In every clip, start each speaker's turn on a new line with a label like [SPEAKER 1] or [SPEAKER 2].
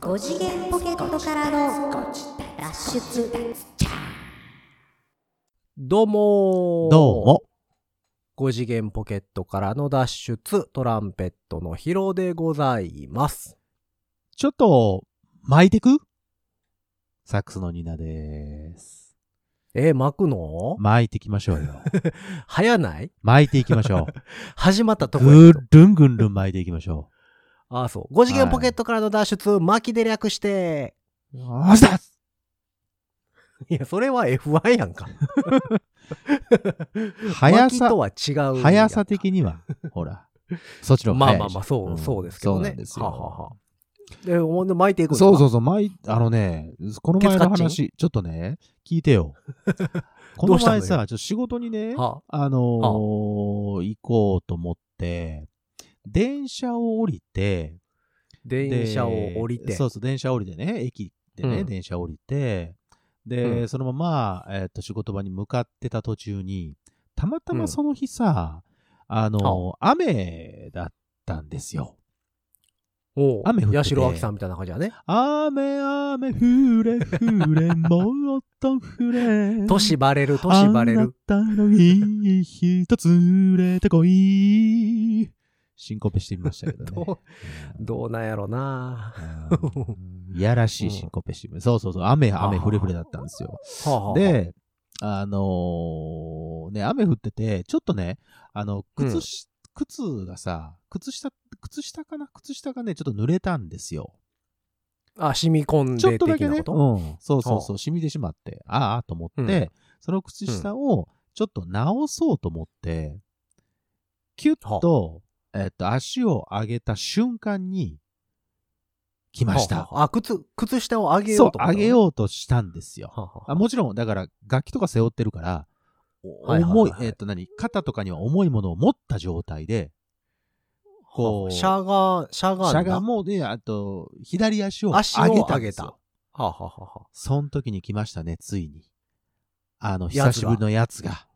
[SPEAKER 1] 5次元ポケットからの脱出
[SPEAKER 2] どうもー
[SPEAKER 3] どうも。
[SPEAKER 2] 5次元ポケットからの脱出、トランペットのヒロでございます。
[SPEAKER 3] ちょっと、巻いてくサックスのニナです。
[SPEAKER 2] えー、巻くの
[SPEAKER 3] 巻いていきましょうよ。
[SPEAKER 2] 早ない
[SPEAKER 3] 巻いていきましょ
[SPEAKER 2] 始まった
[SPEAKER 3] う。
[SPEAKER 2] とこ
[SPEAKER 3] ぐ
[SPEAKER 2] や
[SPEAKER 3] ーるんぐんるん巻いていきましょ
[SPEAKER 2] ああ、そう。5次元ポケットからの脱出、巻きで略して。
[SPEAKER 3] う。あした
[SPEAKER 2] いや、それは F1 やんか。
[SPEAKER 3] 速
[SPEAKER 2] 巻き
[SPEAKER 3] さ
[SPEAKER 2] と、は違うやんか。
[SPEAKER 3] 速さ的には、ほら。そっちの方が
[SPEAKER 2] まあ
[SPEAKER 3] 早い
[SPEAKER 2] まあまあ、
[SPEAKER 3] し
[SPEAKER 2] そう、
[SPEAKER 3] ん
[SPEAKER 2] そうですけどね。
[SPEAKER 3] そうなんですよ。
[SPEAKER 2] はあはあはあで、ほんで巻いていくんですか
[SPEAKER 3] そうそうそう、巻い、あのね、この前の話、ちょっとね、聞いてよ。こ
[SPEAKER 2] どう
[SPEAKER 3] の
[SPEAKER 2] したのよ
[SPEAKER 3] 前さ、ちょっと仕事にね、
[SPEAKER 2] は
[SPEAKER 3] あのー行こうと思って、電車を降りて、
[SPEAKER 2] あ電車を降りて。
[SPEAKER 3] でそうそう、電車降りてね、駅でね、
[SPEAKER 2] うん
[SPEAKER 3] 電車降りて、で、
[SPEAKER 2] うん
[SPEAKER 3] そのまま、えっと仕事場に向かってた途中に、たまた
[SPEAKER 2] うん
[SPEAKER 3] まその日さ、あの、雨だったんですよ。
[SPEAKER 2] おう
[SPEAKER 3] 雨降ってて
[SPEAKER 2] 八代亜紀さんみたいな感じだね。
[SPEAKER 3] 雨、雨、降れ、降れ、もっと降れ。
[SPEAKER 2] としばれる、としばれ
[SPEAKER 3] あな
[SPEAKER 2] る。
[SPEAKER 3] たのいい人連れて こい。シンコペしてみましたけどね
[SPEAKER 2] ど。うどうなんやろな。
[SPEAKER 3] うんいやらしいシンコペしてみそうそうそう、雨、雨、ふれふれだったんですよ。
[SPEAKER 2] はあはあはあ、
[SPEAKER 3] で、あのーね、雨降ってて、ちょっとね、あの、
[SPEAKER 2] うん
[SPEAKER 3] 靴し、靴がさ、靴下、靴下かな靴下がね、ちょっと濡れたんですよ。
[SPEAKER 2] あ、染み込ん
[SPEAKER 3] ちょっ
[SPEAKER 2] で
[SPEAKER 3] とだ
[SPEAKER 2] 的
[SPEAKER 3] け
[SPEAKER 2] な
[SPEAKER 3] ね、う
[SPEAKER 2] こ
[SPEAKER 3] ん
[SPEAKER 2] と、、
[SPEAKER 3] そうそうそう、染みてしまって、ああ、と思って、
[SPEAKER 2] うん
[SPEAKER 3] その靴下をちょっと直そうと思って、キュッと、えっと、足を上げた瞬間に、来ました。
[SPEAKER 2] はあはああ、靴、靴下を上げよ
[SPEAKER 3] そうう、
[SPEAKER 2] と思ったの
[SPEAKER 3] 上げようとしたんですよ。
[SPEAKER 2] はあはあ
[SPEAKER 3] あもちろん、だから、楽器とか背負ってるから、お
[SPEAKER 2] はいはいはい
[SPEAKER 3] 重い、えっと、何、肩とかには重いものを持った状態で、こう、
[SPEAKER 2] シャガー、シャガー
[SPEAKER 3] しゃがもうね、あと、左足を上げ
[SPEAKER 2] 足を
[SPEAKER 3] たんですよ。
[SPEAKER 2] 上げた。はあ、はあはあはあ、
[SPEAKER 3] その時に来ましたね、ついに。あ
[SPEAKER 2] や
[SPEAKER 3] の、久
[SPEAKER 2] つが
[SPEAKER 3] しぶりのやつが。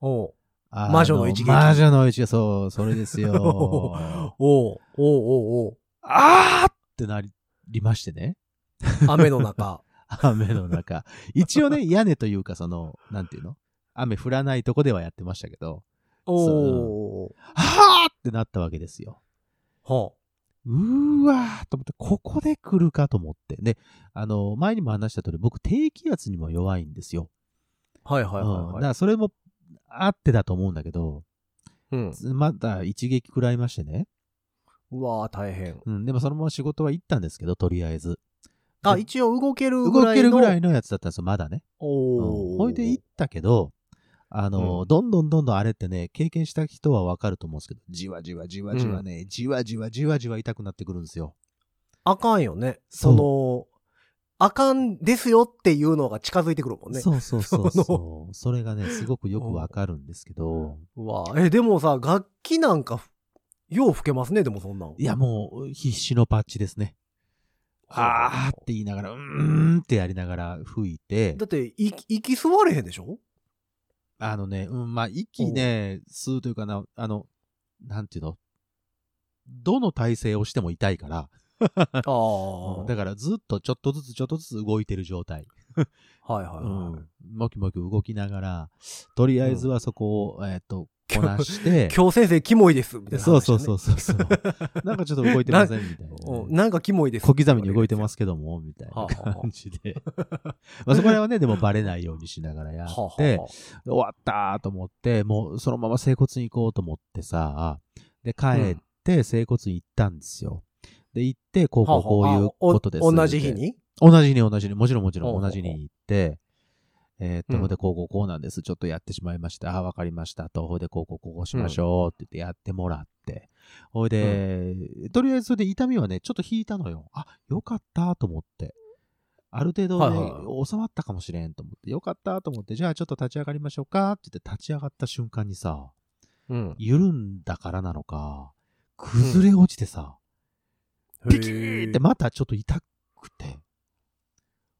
[SPEAKER 2] おう
[SPEAKER 3] あ
[SPEAKER 2] 魔女の一撃
[SPEAKER 3] 魔女の一撃、そう、それです
[SPEAKER 2] おう
[SPEAKER 3] よ。
[SPEAKER 2] おうおうおう
[SPEAKER 3] あーってなりましてね。
[SPEAKER 2] 雨の 中。
[SPEAKER 3] 雨の中。一応ね、屋根というか、その、なんていうの雨降らないとこではやってましたけど、
[SPEAKER 2] おう
[SPEAKER 3] はーってなったわけですよ。
[SPEAKER 2] は
[SPEAKER 3] うーわーと思って、ここで来るかと思って。で、あの、前にも話した通り、僕、低気圧にも弱いんですよ。
[SPEAKER 2] あ、はいはい
[SPEAKER 3] うん
[SPEAKER 2] は
[SPEAKER 3] だ
[SPEAKER 2] い、
[SPEAKER 3] か
[SPEAKER 2] はい
[SPEAKER 3] ら、それもあってだと思うんだけど、
[SPEAKER 2] うん。
[SPEAKER 3] また一撃食らいましてね。
[SPEAKER 2] うわあ大変。
[SPEAKER 3] うん、でもそのまま仕事は行ったんですけど、とりあえず。
[SPEAKER 2] あ、一応動けるぐ
[SPEAKER 3] 動
[SPEAKER 2] らい
[SPEAKER 3] け
[SPEAKER 2] の。
[SPEAKER 3] るぐらいのやつだったんですよ、まだね。うん
[SPEAKER 2] おう
[SPEAKER 3] ほいで行ったけど、あの、
[SPEAKER 2] う
[SPEAKER 3] どんどんどんどんあれってね、経験した人はわかると思うんですけど、じわじわじわじわね、じわじわじわじわ痛くなってくるんですよ。
[SPEAKER 2] あかんよね。
[SPEAKER 3] そ
[SPEAKER 2] そうの、あかんですよっていうのが近づいてくるもんね。
[SPEAKER 3] そうそうそう
[SPEAKER 2] その
[SPEAKER 3] そう。それがね、すごくよくわかるんですけど、
[SPEAKER 2] うわあえ、でもさ、楽器なんか、よう吹けますね、でもそんなん。
[SPEAKER 3] いや、もう必死のパッチですね。あーって言いながら、うーんってやりながら吹いて、
[SPEAKER 2] だって、い息吸われへんでしょ
[SPEAKER 3] あのね、うん、まあ、息ね、吸うというかな、あの、なんていうの、どの体勢をしても痛いから、
[SPEAKER 2] あ
[SPEAKER 3] うん
[SPEAKER 2] あ。
[SPEAKER 3] だからずっとちょっとずつちょっとずつ動いてる状態。
[SPEAKER 2] はいはいうはい。
[SPEAKER 3] ん。もきもき動きながら、とりあえずはそこを、えっと、こなして、
[SPEAKER 2] 今日先生、キモいです、みたいな話だね、
[SPEAKER 3] そうそうそうそう そう。なんかちょっと動いてませんみたい
[SPEAKER 2] うん。
[SPEAKER 3] な。
[SPEAKER 2] なんかキモいです。
[SPEAKER 3] 小刻みに動いて
[SPEAKER 2] ま
[SPEAKER 3] ますけども、みたい
[SPEAKER 2] は
[SPEAKER 3] な
[SPEAKER 2] あはあはあ
[SPEAKER 3] 感じで。まあそこら辺はね、でもバレないようにしながらやっ
[SPEAKER 2] は
[SPEAKER 3] て、
[SPEAKER 2] あは
[SPEAKER 3] で終わったと思って、もうそのまま整骨に行こうと思ってさ、で、帰って整骨に行ったんですよ。で、行って、こ
[SPEAKER 2] あ
[SPEAKER 3] うこうこういうことです。
[SPEAKER 2] お同じ日
[SPEAKER 3] って
[SPEAKER 2] に
[SPEAKER 3] 同じ日に同じ日に、もちろんもちろ
[SPEAKER 2] ほうんほう
[SPEAKER 3] 同じ日に行って、えーっと、
[SPEAKER 2] うん
[SPEAKER 3] ほんで、こうこうこうなんです。ちょっとやってしまいました。あー、わかりました。と、ほいで、こうこうこうこうしましょうって言ってやってもらって。ほいで、とりあえずそれで痛みはね、ちょっと引いたのよ。あ、よかったと思って。ある程度ね、
[SPEAKER 2] はいはい
[SPEAKER 3] 収まったかもしれんと思って、よかったと思って、じゃあちょっと立ち上がりましょうかって言って立ち上がった瞬間にさ、
[SPEAKER 2] うん。
[SPEAKER 3] 緩んだからなのか、崩れ落ちてさ、ピキーって
[SPEAKER 2] へー
[SPEAKER 3] またちょっと痛くて。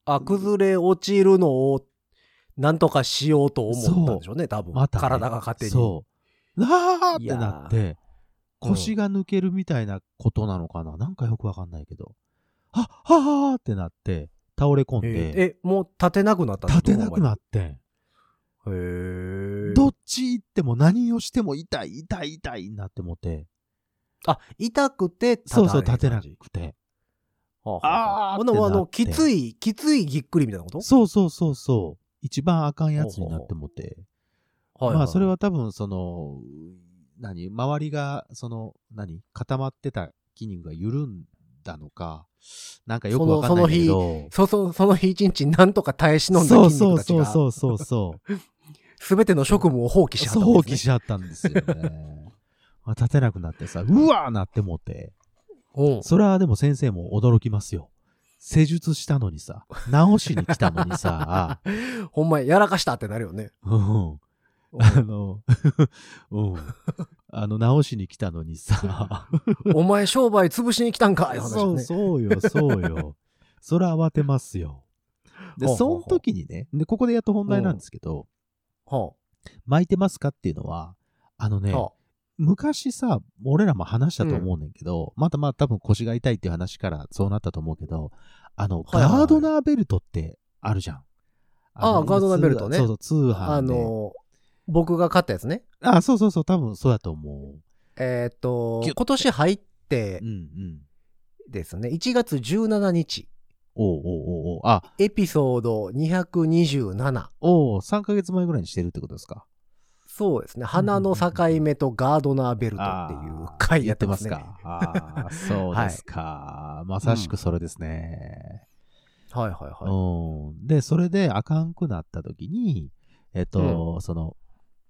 [SPEAKER 2] あ、崩れ落ちるのを、なんとかしようと思ったんでしょうね、多分。
[SPEAKER 3] またね
[SPEAKER 2] 体が勝手に。
[SPEAKER 3] そう。あーっ
[SPEAKER 2] い
[SPEAKER 3] て
[SPEAKER 2] やー
[SPEAKER 3] なって、腰が抜けるみたいなことなのかな、なんかよくわかんないけど。ああははーってなって、倒れ込ん
[SPEAKER 2] え
[SPEAKER 3] で、
[SPEAKER 2] え、もう立てなくなった
[SPEAKER 3] 立てなく
[SPEAKER 2] っ
[SPEAKER 3] なってん。
[SPEAKER 2] た。へえ。
[SPEAKER 3] どっち行っても何をしても痛い、痛い、痛いなって思って、
[SPEAKER 2] あ、痛くて立た
[SPEAKER 3] そ
[SPEAKER 2] れへ
[SPEAKER 3] うんそう、立てな
[SPEAKER 2] 感じ
[SPEAKER 3] くて。
[SPEAKER 2] はあは
[SPEAKER 3] あー
[SPEAKER 2] あほんならもうあの、
[SPEAKER 3] っ
[SPEAKER 2] き
[SPEAKER 3] てなって
[SPEAKER 2] つい、きついぎっくりみたいなこと
[SPEAKER 3] そうそうそうそう。一番あかんやつになってもって。
[SPEAKER 2] は
[SPEAKER 3] まあ、それ。は多分、その、何周りが、その、何固まってた筋肉が緩んだのか、なんかよくわかんないんだけど。
[SPEAKER 2] そうそう、その日一日なんとか耐え忍んだ
[SPEAKER 3] そう
[SPEAKER 2] 筋
[SPEAKER 3] そ
[SPEAKER 2] 肉
[SPEAKER 3] う
[SPEAKER 2] たち
[SPEAKER 3] そう
[SPEAKER 2] が、
[SPEAKER 3] そうそうそう。
[SPEAKER 2] すべての職務を放棄しはった
[SPEAKER 3] そう
[SPEAKER 2] わ
[SPEAKER 3] 放
[SPEAKER 2] けで
[SPEAKER 3] 棄
[SPEAKER 2] す
[SPEAKER 3] しちゃったんですよね。まあ立てなくなってさ、うわーなってもっ
[SPEAKER 2] ね。
[SPEAKER 3] て。
[SPEAKER 2] うん。
[SPEAKER 3] それはでも先生も驚きますよ。施術したのにさ、治しに来たのに さ、
[SPEAKER 2] ほんまややらかしたってなるよね。
[SPEAKER 3] うん、あの、 うん、あの、直しに来たのにさ、
[SPEAKER 2] お前商売潰しに来たんかいう話
[SPEAKER 3] そ
[SPEAKER 2] よ
[SPEAKER 3] う
[SPEAKER 2] ね。
[SPEAKER 3] そうよ、そうよ。それ慌てますよ。
[SPEAKER 2] ほう
[SPEAKER 3] で、
[SPEAKER 2] ほう
[SPEAKER 3] そ
[SPEAKER 2] ほう
[SPEAKER 3] の時にね、で、ここでやっと本題なんですけど、
[SPEAKER 2] は
[SPEAKER 3] 巻いてますかっていうのは、あのね
[SPEAKER 2] あ、は
[SPEAKER 3] 昔さ、俺らも話したと思うねんけど、またまあ多分腰が痛いっていう話からそうなったと思うけど、あ
[SPEAKER 2] は
[SPEAKER 3] の、
[SPEAKER 2] いはいはい
[SPEAKER 3] ガードナーベルトってあるじゃん。
[SPEAKER 2] あ
[SPEAKER 3] の
[SPEAKER 2] ガードナーベルトね
[SPEAKER 3] そうそう、通
[SPEAKER 2] あ。
[SPEAKER 3] 販
[SPEAKER 2] あ
[SPEAKER 3] で。
[SPEAKER 2] の、僕が買ったやつね。
[SPEAKER 3] あ、そうそうそう、多分そうだと思
[SPEAKER 2] えーっと、
[SPEAKER 3] ギュッて
[SPEAKER 2] 今年入っ
[SPEAKER 3] う。
[SPEAKER 2] て
[SPEAKER 3] うんうん。
[SPEAKER 2] ですね、1月17日、
[SPEAKER 3] おうおうおうおうあ、
[SPEAKER 2] エピソード227。
[SPEAKER 3] おう、3ヶ月前ぐらいにしてるってことですか。
[SPEAKER 2] そうですね。花の境目とガードナーベルトっていう回やってますね。
[SPEAKER 3] あー言ってますか。あーそうで すか、まさしくそれですね。
[SPEAKER 2] はいはいはい。
[SPEAKER 3] うんで、それであかんくなった時に、えっと、その、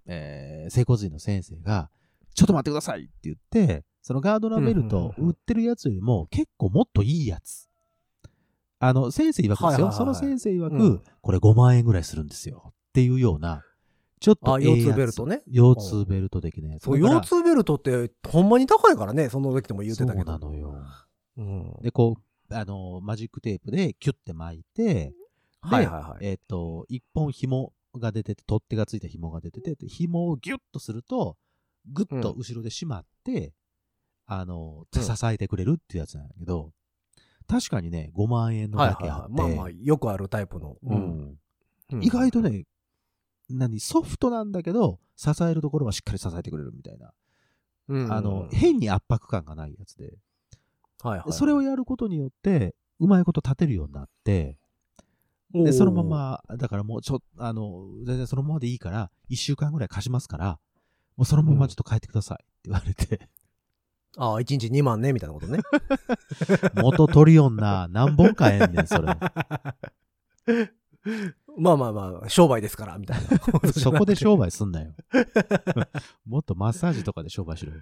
[SPEAKER 3] えー、整骨院の先生が、ちょっと待ってくださいって言って、そのガードナーベルト
[SPEAKER 2] うんうんうん
[SPEAKER 3] 売ってるやつよりも結構もっといいやつ。あの、先生曰くで
[SPEAKER 2] はい
[SPEAKER 3] す
[SPEAKER 2] はい
[SPEAKER 3] よ。
[SPEAKER 2] はい
[SPEAKER 3] その先生曰く、
[SPEAKER 2] うん
[SPEAKER 3] これ5万円ぐらいするんですよ。っていうような、ちょっと
[SPEAKER 2] あ
[SPEAKER 3] ええやつ
[SPEAKER 2] 腰痛ベルトね
[SPEAKER 3] 腰痛ベルト的なやつ。
[SPEAKER 2] そう、
[SPEAKER 3] だから
[SPEAKER 2] 腰痛ベルトってほんまに高いからね、その時でも言うてたけど。
[SPEAKER 3] そうなのよ。
[SPEAKER 2] うん。
[SPEAKER 3] で、こう、あの、マジックテープでキュッて巻いて、
[SPEAKER 2] はいはいはい。
[SPEAKER 3] えっ、と、一本紐が出てて、取っ手がついた紐が出てて、で紐をギュッとすると、ぐっと後ろで締まって、あの、
[SPEAKER 2] うん
[SPEAKER 3] 支えてくれるっていうやつなんだけど、確かにね、5万円の
[SPEAKER 2] はい
[SPEAKER 3] だ
[SPEAKER 2] は
[SPEAKER 3] け
[SPEAKER 2] い
[SPEAKER 3] あ
[SPEAKER 2] は
[SPEAKER 3] っ
[SPEAKER 2] い。
[SPEAKER 3] て、
[SPEAKER 2] まあまあ、よくあるタイプの。
[SPEAKER 3] うん
[SPEAKER 2] うん
[SPEAKER 3] 意外とね、何、ソフトなんだけど、支えるところはしっかり支えてくれるみたいな、
[SPEAKER 2] うん
[SPEAKER 3] あの、変に圧迫感がないやつで、
[SPEAKER 2] はいはい。
[SPEAKER 3] それをやることによって、うまいこと立てるようになって、
[SPEAKER 2] お
[SPEAKER 3] で、
[SPEAKER 2] ー
[SPEAKER 3] そのま。ま、だからもうちょ、あの、全然そのままでいいから、一週間ぐらい貸しますから、もうそのままちょっと帰ってくださいって言われて、
[SPEAKER 2] ああ、1日2万ね、みたいなことね。
[SPEAKER 3] 元取り女何本買えんね ん、それ。
[SPEAKER 2] まあまあまあ、商売ですから、みたいな。
[SPEAKER 3] そ こで商売すんなよ。 もっとマッサージとかで商売しろよ。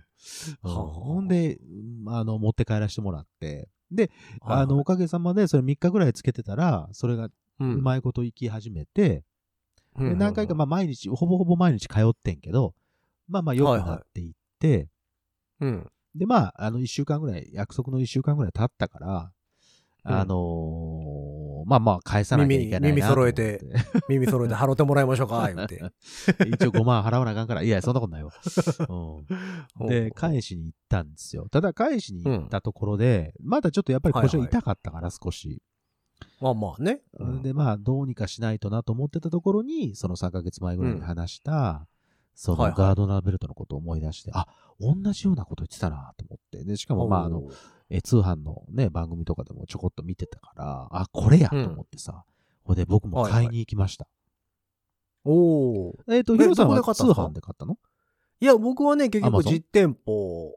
[SPEAKER 3] うん
[SPEAKER 2] はあ
[SPEAKER 3] ほんで、うんあの、持って帰らせてもらって、で、
[SPEAKER 2] はいはい
[SPEAKER 3] あの、おかげさまで、それ3日ぐらいつけてたら、それが
[SPEAKER 2] う、
[SPEAKER 3] うんまいこと行き始めて、
[SPEAKER 2] う
[SPEAKER 3] で
[SPEAKER 2] ん
[SPEAKER 3] 何回か、まあ、毎日、ほぼほぼ毎日通ってんけど、まあまあ、良くなっていって、
[SPEAKER 2] うん。
[SPEAKER 3] で、まあ、あの、一週間ぐらい、約束の一週間ぐらい経ったから、
[SPEAKER 2] うん
[SPEAKER 3] あのーまあまあ、返さなきゃいけない
[SPEAKER 2] 耳
[SPEAKER 3] なと思って。
[SPEAKER 2] 耳揃耳揃えて払ってもらいましょう か、言って。
[SPEAKER 3] 一応5万払わなあかんから、いや、そんなこ とないよ。うん、で、返しに行ったんですよ。ただ、返しに行ったところで、まだちょっとやっぱり腰が痛かったから、少し。
[SPEAKER 2] まあまあね。うん
[SPEAKER 3] で、まあ、どうにかしないとなと思ってたところに、その3ヶ月前ぐらいに話した、そ
[SPEAKER 2] は
[SPEAKER 3] の
[SPEAKER 2] いはい
[SPEAKER 3] ガードナーベルトのことを思い出して、あ、同じようなこと言ってたなと思って。で、しかも、まあ、あの、
[SPEAKER 2] おー、
[SPEAKER 3] えー通販のね、番組とかでもちょこっと見てたから、あ、これやと思ってさ、ほ、で僕も買いに行きました。
[SPEAKER 2] おー
[SPEAKER 3] えっ、と、
[SPEAKER 2] え
[SPEAKER 3] ヒロさんは
[SPEAKER 2] どこで買った
[SPEAKER 3] 通
[SPEAKER 2] んですか
[SPEAKER 3] 販で買ったの
[SPEAKER 2] いや、僕はね、結局
[SPEAKER 3] Amazon？
[SPEAKER 2] 実店舗。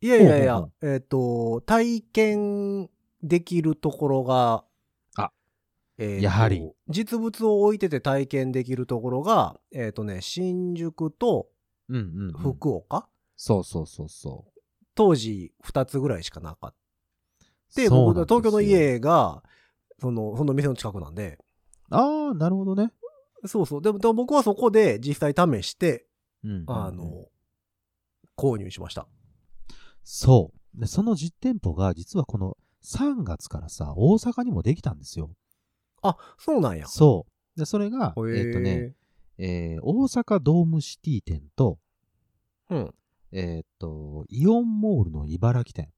[SPEAKER 2] いやいやい
[SPEAKER 3] ほ
[SPEAKER 2] や
[SPEAKER 3] うほ、
[SPEAKER 2] えっ、と、体験できるところが、
[SPEAKER 3] あ、
[SPEAKER 2] えーと
[SPEAKER 3] やはり。
[SPEAKER 2] 実物を置いてて体験できるところが、えっ、とね、新宿と
[SPEAKER 3] うんうん、うん
[SPEAKER 2] 福岡、
[SPEAKER 3] そうそうそうそう。
[SPEAKER 2] 当時2つぐらいしかなかった。で、
[SPEAKER 3] そう
[SPEAKER 2] 僕
[SPEAKER 3] な
[SPEAKER 2] の
[SPEAKER 3] んですよ
[SPEAKER 2] 東京の。家が、その、その店の近くなんで、
[SPEAKER 3] ああ、なるほどね。
[SPEAKER 2] そうそう。でも、でも僕はそこで実際試して、
[SPEAKER 3] うんうんうん
[SPEAKER 2] あの、購入しました。
[SPEAKER 3] そう。で、その実店舗が実はこの3月からさ、大阪にもできたんですよ。
[SPEAKER 2] あ、そうなんや。
[SPEAKER 3] そう。で、それが、えっ、
[SPEAKER 2] へー
[SPEAKER 3] とね、。えー大阪ドームシティ店と、
[SPEAKER 2] うん。
[SPEAKER 3] えっ、と、イオンモールの茨城店。
[SPEAKER 2] へえ。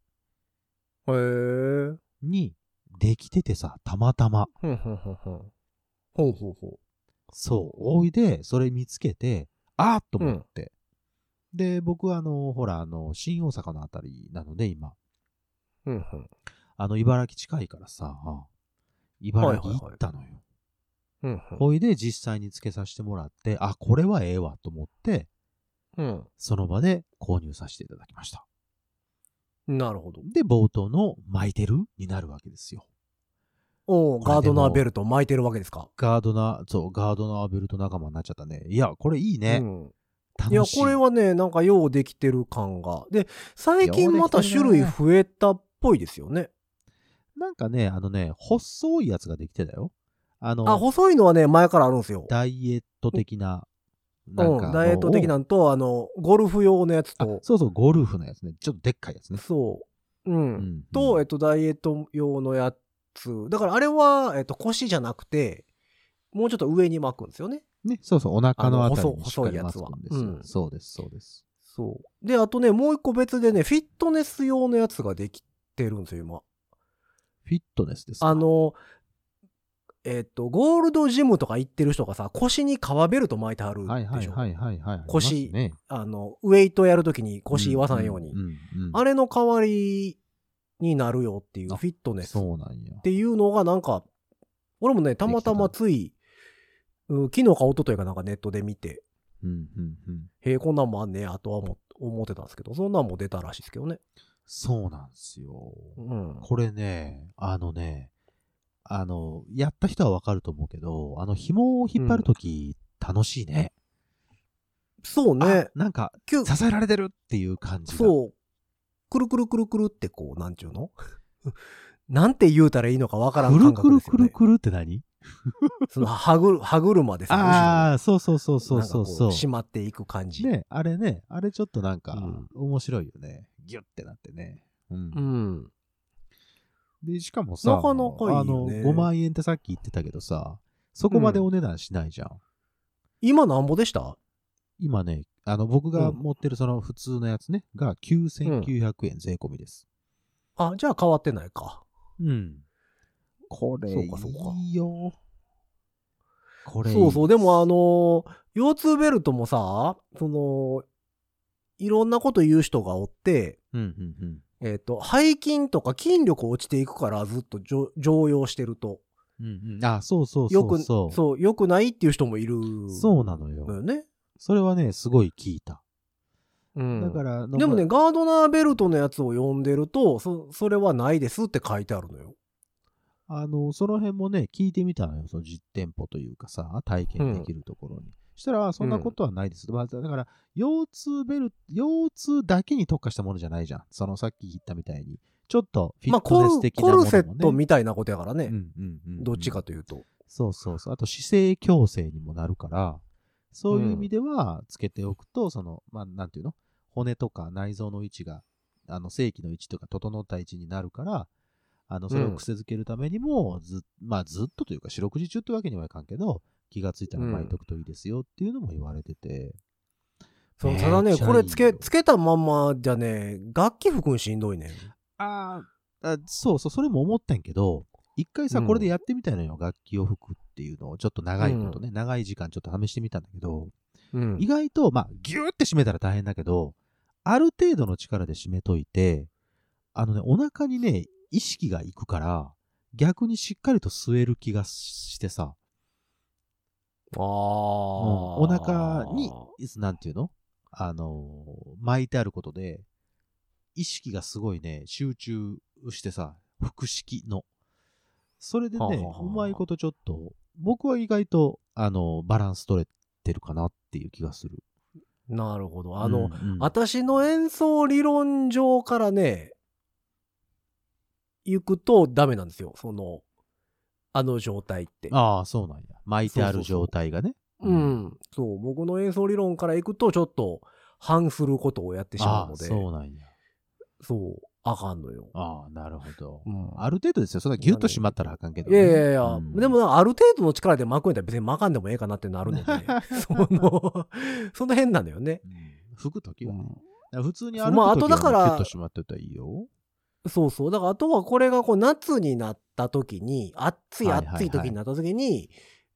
[SPEAKER 2] ふん
[SPEAKER 3] にできててさ、たまたま。
[SPEAKER 2] ふんふんふん。ほうほうほ
[SPEAKER 3] そう。おいで、それ見つけて、あーっと思って。で、僕はあの、ほら、あの、新大阪のあたりなので、今。
[SPEAKER 2] う。ふんふん。
[SPEAKER 3] あの、茨城近いからさ、茨城行ったのよ。
[SPEAKER 2] ふんふん。
[SPEAKER 3] おいで、実際につけさせてもらって、あ、これはええわと思って、
[SPEAKER 2] うん。
[SPEAKER 3] その場で購入させていただきました。
[SPEAKER 2] なるほど。
[SPEAKER 3] で、冒頭の巻いてるになるわけですよ。
[SPEAKER 2] おー
[SPEAKER 3] これ
[SPEAKER 2] ガー
[SPEAKER 3] で
[SPEAKER 2] ド
[SPEAKER 3] も
[SPEAKER 2] ナーベルト巻いてるわけですか。
[SPEAKER 3] ガードナー、そう、ガードナーベルト仲間になっちゃったね。いや、これいい
[SPEAKER 2] うん
[SPEAKER 3] ね。。
[SPEAKER 2] いや、
[SPEAKER 3] 楽しい。
[SPEAKER 2] これはね、なんかようできてる感が。で、最近また種類増えたっぽいですよね。
[SPEAKER 3] なんかね、あのね、細いやつができてたよ。あの、
[SPEAKER 2] あ、細いのはね、前からあるんですよ。
[SPEAKER 3] ダイエット的な、なん
[SPEAKER 2] う
[SPEAKER 3] か。
[SPEAKER 2] ん、ダイエット的な
[SPEAKER 3] の
[SPEAKER 2] んと、あの、ゴルフ用のやつ
[SPEAKER 3] あ
[SPEAKER 2] と、
[SPEAKER 3] そうそう、ゴルフのやつね。ちょっとでっかいやつね。
[SPEAKER 2] そう。う。
[SPEAKER 3] うんん。
[SPEAKER 2] と、え
[SPEAKER 3] う
[SPEAKER 2] っと、ダイエット用のやつ。だからあれは、えっと、腰じゃなくて、もうちょっと上に巻くんですよね。
[SPEAKER 3] んね、そうそう、お腹のあたり
[SPEAKER 2] あの
[SPEAKER 3] にしっ
[SPEAKER 2] 細
[SPEAKER 3] か
[SPEAKER 2] い
[SPEAKER 3] り
[SPEAKER 2] や
[SPEAKER 3] マ
[SPEAKER 2] つ
[SPEAKER 3] ス
[SPEAKER 2] は
[SPEAKER 3] クんですよ
[SPEAKER 2] うん
[SPEAKER 3] そうです、そうです。
[SPEAKER 2] そう。で、あとね、もう一個別でね、フィットネス用のやつができてるんですよ、今。
[SPEAKER 3] フィットネスですか
[SPEAKER 2] あ、の、えっと、ゴールドジムとか行ってる人がさ、腰に革ベルト巻いてあるでしょ。
[SPEAKER 3] はいはいはいはいはい。
[SPEAKER 2] 腰
[SPEAKER 3] ありますね、
[SPEAKER 2] あの、ウェイトやるときに腰言わさんように。
[SPEAKER 3] んんうんうん
[SPEAKER 2] あれの代わりになるよっていう、
[SPEAKER 3] あ
[SPEAKER 2] フィットネス
[SPEAKER 3] そうなんや
[SPEAKER 2] っ。ていうのがなんか、俺もね、たまたまつい、うん昨日か一昨日かなんかネットで見て、
[SPEAKER 3] うんうんうん。
[SPEAKER 2] へえ、こんなんもあんねやとは思思ってたんですけど、そんなんも出たらしいですけどね。
[SPEAKER 3] そうなんですよ。
[SPEAKER 2] うん。
[SPEAKER 3] これね、あのね、あの、やった人はわかると思うけど、あの、紐を引っ張るとき、楽しいね。
[SPEAKER 2] そうね
[SPEAKER 3] あ。なんか、
[SPEAKER 2] きゅ
[SPEAKER 3] 支えられてるっていう感じが。
[SPEAKER 2] そう。くるくるくるくるってこう、なんちゅうの なんて言うたらいいのかわからん
[SPEAKER 3] くる
[SPEAKER 2] 感
[SPEAKER 3] く
[SPEAKER 2] 覚
[SPEAKER 3] る
[SPEAKER 2] ですよ、
[SPEAKER 3] く
[SPEAKER 2] ね。
[SPEAKER 3] るくるって何
[SPEAKER 2] その歯ぐる歯車ですね。
[SPEAKER 3] ああ、そうそうそう
[SPEAKER 2] 後
[SPEAKER 3] そ
[SPEAKER 2] ろ
[SPEAKER 3] う
[SPEAKER 2] に
[SPEAKER 3] そう
[SPEAKER 2] なんか
[SPEAKER 3] そ
[SPEAKER 2] こ締
[SPEAKER 3] う。
[SPEAKER 2] まっていく感じ。
[SPEAKER 3] ね、あれね、あれちょっとなんか
[SPEAKER 2] うん、
[SPEAKER 3] 面白いよね。ギュッてなってね。うん
[SPEAKER 2] うん。
[SPEAKER 3] で、しかもさ、
[SPEAKER 2] なかなかいいよね
[SPEAKER 3] あの、5万円ってさっき言ってたけどさ、そこまでお値段しないじゃん。
[SPEAKER 2] 今なんぼでした
[SPEAKER 3] 今ね、あの、僕が
[SPEAKER 2] うん
[SPEAKER 3] 持ってるその普通のやつね、が9900円税込みです。
[SPEAKER 2] あ、じゃあ変わってないか。
[SPEAKER 3] うん。これ、い
[SPEAKER 2] そうかそうか
[SPEAKER 3] いよ。これいい
[SPEAKER 2] そうそう。でもあのー腰痛ベルトもさ、その、いろんなこと言う人がおって、
[SPEAKER 3] うんうんうん。
[SPEAKER 2] えっ、と、背筋とか筋力落ちていくからずっとじょ常用してると。
[SPEAKER 3] うんうん、あ、そうそうそ
[SPEAKER 2] よく、
[SPEAKER 3] うそう。そう
[SPEAKER 2] そう、良くないっていう人もいる。
[SPEAKER 3] なのよ。
[SPEAKER 2] のよね。
[SPEAKER 3] それはね、すごい聞いた。
[SPEAKER 2] うん。
[SPEAKER 3] だから、
[SPEAKER 2] でもね、
[SPEAKER 3] ま
[SPEAKER 2] ガードナーベルトのやつを読んでると、そ、それはないですって書いてあるのよ。
[SPEAKER 3] あ、あの、その辺もね、聞いてみたのよ。その実店舗というかさ、体験できるところに。したら、そんなことはないです。まあ、だから、腰痛ベル、腰痛だけに特化したものじゃないじゃん。そのさっき言ったみたいに。ちょっとフィ
[SPEAKER 2] まあ、
[SPEAKER 3] ット
[SPEAKER 2] コ
[SPEAKER 3] ネス
[SPEAKER 2] ル、
[SPEAKER 3] 的
[SPEAKER 2] コ
[SPEAKER 3] なものも、
[SPEAKER 2] ル
[SPEAKER 3] ね
[SPEAKER 2] セットみたいなことやからね。
[SPEAKER 3] うんうんうんうん
[SPEAKER 2] どっちかというと。
[SPEAKER 3] そうそうそう。あと姿勢矯正にもなるから、そういう意味ではつけておくと、その、まあ、なんていうの骨とか内臓の位置が、あの、正規の位置とか整った位置になるから、あの、それを癖づけるためにも、ず、まあ、ずっとというか、四六時中ってわけにはいかんけど、気がついたら巻いとくといいですよっていうのも言われてて。
[SPEAKER 2] そう
[SPEAKER 3] めっちゃ
[SPEAKER 2] ただね、これつ
[SPEAKER 3] いい
[SPEAKER 2] け、
[SPEAKER 3] よ
[SPEAKER 2] つけたまんまじゃね、楽器服にしんどいねん。
[SPEAKER 3] あーあ、そうそう、それも思ったんやけど、一回さ、
[SPEAKER 2] うん
[SPEAKER 3] これでやってみたいのよ。楽器を吹くっていうのを、ちょっと長いことね、長い時間ちょっと試してみたんだけど、
[SPEAKER 2] うん
[SPEAKER 3] 意外と、まあ、ギューって締めたら大変だけど、ある程度の力で締めといて、あのね、お腹にね、意識がいくから、逆にしっかりと吸える気がしてさ、
[SPEAKER 2] ああ、
[SPEAKER 3] うんお腹に、いつなんていうのあのー巻いてあることで、意識がすごいね、集中してさ、腹式の。それで
[SPEAKER 2] はあは
[SPEAKER 3] ね
[SPEAKER 2] あは、あ
[SPEAKER 3] うまいことちょっと、僕は意外と、あのーバランス取れてるかなっていう気がする。
[SPEAKER 2] なるほど。あの、
[SPEAKER 3] うんうん
[SPEAKER 2] 私の演奏理論上からね、行くとダメなんですよ。その、あの状態って。
[SPEAKER 3] ああ、そうなんや。巻いてある状態がね。
[SPEAKER 2] う
[SPEAKER 3] うん
[SPEAKER 2] ん。そう、僕の演奏理論から行くと、ちょっと反することをやってしま
[SPEAKER 3] あ
[SPEAKER 2] うの
[SPEAKER 3] あ、
[SPEAKER 2] で、
[SPEAKER 3] そうなんや。
[SPEAKER 2] そう、あかんのよ。
[SPEAKER 3] ああ、なるほど
[SPEAKER 2] う。ん
[SPEAKER 3] ある程度ですよ。そんなギュッと締まったらあかんけど
[SPEAKER 2] い
[SPEAKER 3] ね、
[SPEAKER 2] やいやいや、
[SPEAKER 3] うん
[SPEAKER 2] でもなある程度の力で巻くんやったら別に巻かんでもええかなってなるので、 その、その辺なのよね。
[SPEAKER 3] うん吹くとき
[SPEAKER 2] う
[SPEAKER 3] はね。
[SPEAKER 2] ん
[SPEAKER 3] だから普通に
[SPEAKER 2] そ
[SPEAKER 3] 歩
[SPEAKER 2] う
[SPEAKER 3] く
[SPEAKER 2] まあ
[SPEAKER 3] と
[SPEAKER 2] あ
[SPEAKER 3] き
[SPEAKER 2] とだから
[SPEAKER 3] はギュッと締まってたらいいよ。
[SPEAKER 2] そうそう。だからあとはこれがこう夏になった時に、暑い
[SPEAKER 3] はいはいはい
[SPEAKER 2] 暑い時になった時に、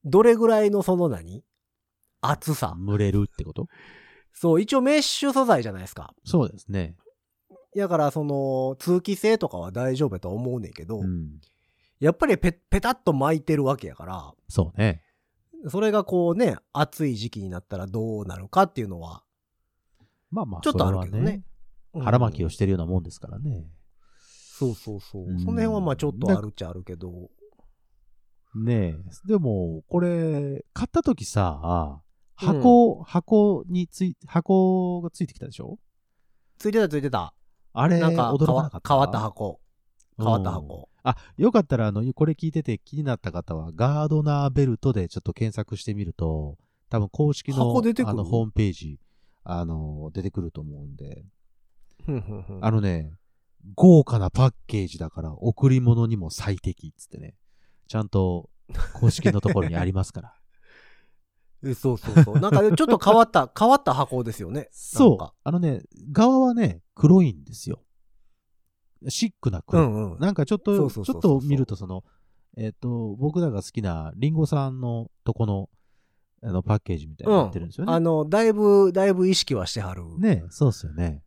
[SPEAKER 2] どれぐらいのその何暑さ。
[SPEAKER 3] 蒸れるってこと
[SPEAKER 2] そう、一応メッシュ素材じゃないですか。
[SPEAKER 3] そうですね。
[SPEAKER 2] だからその通気性とかは大丈夫やとは思うねんけど、
[SPEAKER 3] うん。
[SPEAKER 2] やっぱりペペタッと巻いてるわけやから、
[SPEAKER 3] そうね。
[SPEAKER 2] それがこうね、暑い時期になったらどうなるかっていうのは、
[SPEAKER 3] まあまあ、
[SPEAKER 2] ちょっとあるけどね
[SPEAKER 3] それは。腹巻きをしてるようなもんですからね。
[SPEAKER 2] そうそうそう。
[SPEAKER 3] うん
[SPEAKER 2] その辺はまあちょっとあるっちゃあるけど。
[SPEAKER 3] ねえ。でも、これ、買った時さ、箱、箱につい、箱がついてきたでしょ
[SPEAKER 2] ついてたついてた。
[SPEAKER 3] あれ、
[SPEAKER 2] なんか変
[SPEAKER 3] 驚かなか
[SPEAKER 2] わ
[SPEAKER 3] った。
[SPEAKER 2] 変わった箱。変わった
[SPEAKER 3] うん
[SPEAKER 2] 箱。
[SPEAKER 3] あ、よかったら、あの、これ聞いてて気になった方は、ガードナーベルトでちょっと検索してみると、多分公式の
[SPEAKER 2] 箱出てくる
[SPEAKER 3] あのホームページ、あの、出てくると思うんで、
[SPEAKER 2] ふんふんふん
[SPEAKER 3] あのね、豪華なパッケージだから、贈り物にも最適っつってね、ちゃんと公式のところにあります から。
[SPEAKER 2] えそうそうそう。なんかちょっと変わった、 変わった箱ですよね。なん
[SPEAKER 3] そう
[SPEAKER 2] か。。
[SPEAKER 3] あのね、側はね、黒いんですよ。シックな
[SPEAKER 2] う
[SPEAKER 3] 黒。
[SPEAKER 2] んうん。
[SPEAKER 3] なんかちょっ
[SPEAKER 2] そ
[SPEAKER 3] と、
[SPEAKER 2] う
[SPEAKER 3] ち
[SPEAKER 2] そうそ
[SPEAKER 3] ょ
[SPEAKER 2] うそ
[SPEAKER 3] っ
[SPEAKER 2] う
[SPEAKER 3] と見るとその、えっ、と、僕らが好きなリンゴさんのとこの、あの、パッケージみたいになってるんですよ
[SPEAKER 2] あ
[SPEAKER 3] ね。
[SPEAKER 2] の、だいぶ、だいぶ意識はしてはる
[SPEAKER 3] ねそうっすよね。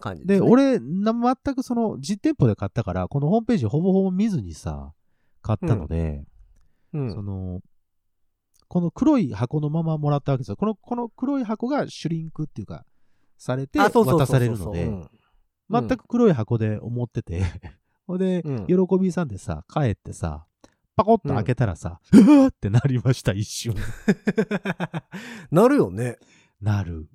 [SPEAKER 2] 感じね。
[SPEAKER 3] で、俺、な全くその、実店舗で買ったから、このホームページほぼほぼ見ずにさ、買ったので、
[SPEAKER 2] うん、
[SPEAKER 3] その、この黒い箱のままもらったわけですよ。この、この黒い箱がシュリンクっていうか、されて、
[SPEAKER 2] あそうそうそ
[SPEAKER 3] 渡
[SPEAKER 2] うそう
[SPEAKER 3] されるので、
[SPEAKER 2] うん
[SPEAKER 3] 全く黒い箱で思ってて、 ほ、んで、
[SPEAKER 2] うん
[SPEAKER 3] 喜びさんでさ、帰ってさ、パコッと開けたらさ、 うわーってなりました、一 瞬。
[SPEAKER 2] なるよね。
[SPEAKER 3] なる。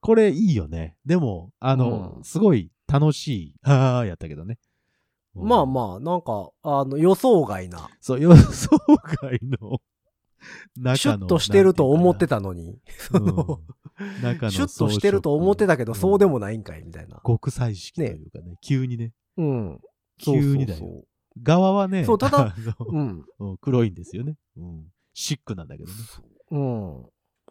[SPEAKER 3] これいいよね。でも、あの、
[SPEAKER 2] うん
[SPEAKER 3] すごい楽しい、 あーやったけどね。うん
[SPEAKER 2] まあまあ、なんか、あの、予想外な。
[SPEAKER 3] そう、予想外の 中の。
[SPEAKER 2] シュッとしてると思って
[SPEAKER 3] た。
[SPEAKER 2] たのに。そ
[SPEAKER 3] うん
[SPEAKER 2] の
[SPEAKER 3] 中の
[SPEAKER 2] シュッとしてると思ってたけど、そうでも
[SPEAKER 3] ない。
[SPEAKER 2] ないんかい、みたいな。
[SPEAKER 3] 極彩色というかね、急にね。
[SPEAKER 2] うん。
[SPEAKER 3] 急にだよ
[SPEAKER 2] そうそうそう
[SPEAKER 3] 側はね、
[SPEAKER 2] そうただ
[SPEAKER 3] あの
[SPEAKER 2] うん。
[SPEAKER 3] うん黒いんですよね。うん。シックなんだけどね。
[SPEAKER 2] うん。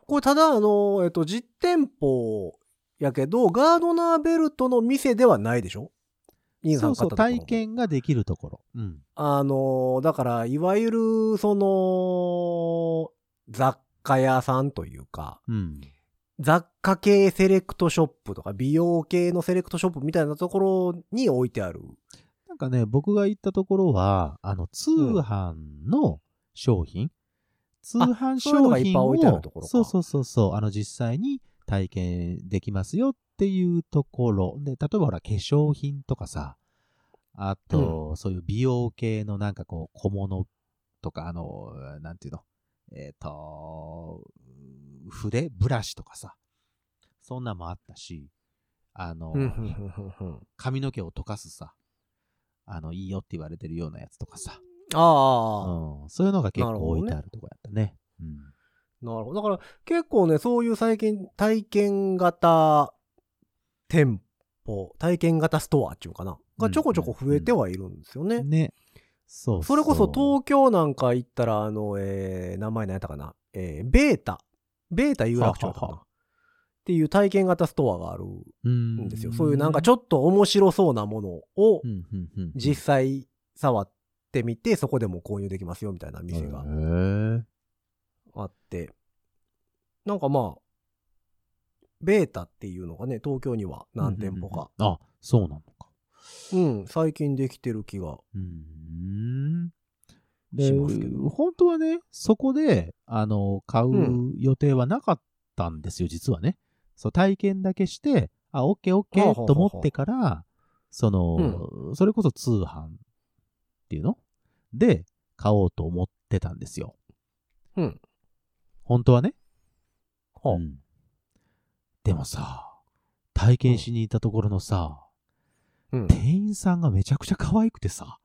[SPEAKER 2] これただ、あの、えっと、実店舗やけど、ガードナーベルトの店ではないでしょインさ
[SPEAKER 3] そ
[SPEAKER 2] ん買
[SPEAKER 3] うそ
[SPEAKER 2] っ
[SPEAKER 3] う、
[SPEAKER 2] たところ
[SPEAKER 3] 体験ができるところ。うん。
[SPEAKER 2] あの、だから、いわゆる、その、雑貨屋さんというか、
[SPEAKER 3] うん。
[SPEAKER 2] 雑貨系セレクトショップとか、美容系のセレクトショップみたいなところに置いてある。
[SPEAKER 3] なんかね、僕が行ったところは、あの、通販の商品、通販
[SPEAKER 2] そういうの
[SPEAKER 3] 商
[SPEAKER 2] がいっぱい
[SPEAKER 3] 品
[SPEAKER 2] 置いてあるとこ
[SPEAKER 3] を、
[SPEAKER 2] ろか
[SPEAKER 3] そうそうそうそう、あの、実際に体験できますよっていうところ。で、例えばほら、化粧品とかさ、あと、そういう美容系のなんかこう、小物とか、あの、なんていうの、えっ、と、筆ブラシとかさ、そんなんもあったし、あの、髪の毛を溶かすさ、あの、いいよって言われてるようなやつとかさ、う
[SPEAKER 2] ああ、
[SPEAKER 3] ん、そういうのが結
[SPEAKER 2] なる
[SPEAKER 3] 構
[SPEAKER 2] ほどね
[SPEAKER 3] 置いてあるとこやったね。うん、
[SPEAKER 2] なるほど。だから結構ね、そういう最近体験型店舗、体験型ストアっていうかな、がちょこちょこ増えてはいるんですよね。
[SPEAKER 3] ね。そうう
[SPEAKER 2] それこそ東京なんか行ったら、あの、えー、名前何やったかな、えー、ベータ、ベータ有楽町だったかな
[SPEAKER 3] ははは
[SPEAKER 2] っていう体験型ストアがある
[SPEAKER 3] うん
[SPEAKER 2] んですよ。そういうなんかち
[SPEAKER 3] ょっ
[SPEAKER 2] ょっと面白そうなものを
[SPEAKER 3] と、うんうんうん、
[SPEAKER 2] 実際触ってみて、そこでも購入できますよみたいな店が
[SPEAKER 3] へー
[SPEAKER 2] あって、なんかまあ、ベータっていうのがね、東京には何店舗か、。
[SPEAKER 3] うんうんうんあ、そうなのか。
[SPEAKER 2] うん、最近できてる気が。
[SPEAKER 3] うーん。で、
[SPEAKER 2] しますけど
[SPEAKER 3] 本当はね、そこで、あの、買
[SPEAKER 2] ん
[SPEAKER 3] う予定はなかったんですよ、実はね。そう、体験だけして、あ、オッケーオッケ
[SPEAKER 2] はあ
[SPEAKER 3] ー
[SPEAKER 2] はあはあ
[SPEAKER 3] と思ってから、その、それこそ通販っていうので、買おうと思ってたんですよ。
[SPEAKER 2] うん。
[SPEAKER 3] 本当はね。
[SPEAKER 2] はあ
[SPEAKER 3] うんでもさ、体験しに行ったところのさ、
[SPEAKER 2] うん、
[SPEAKER 3] 店員さんがめちゃくちゃ可愛くてさ。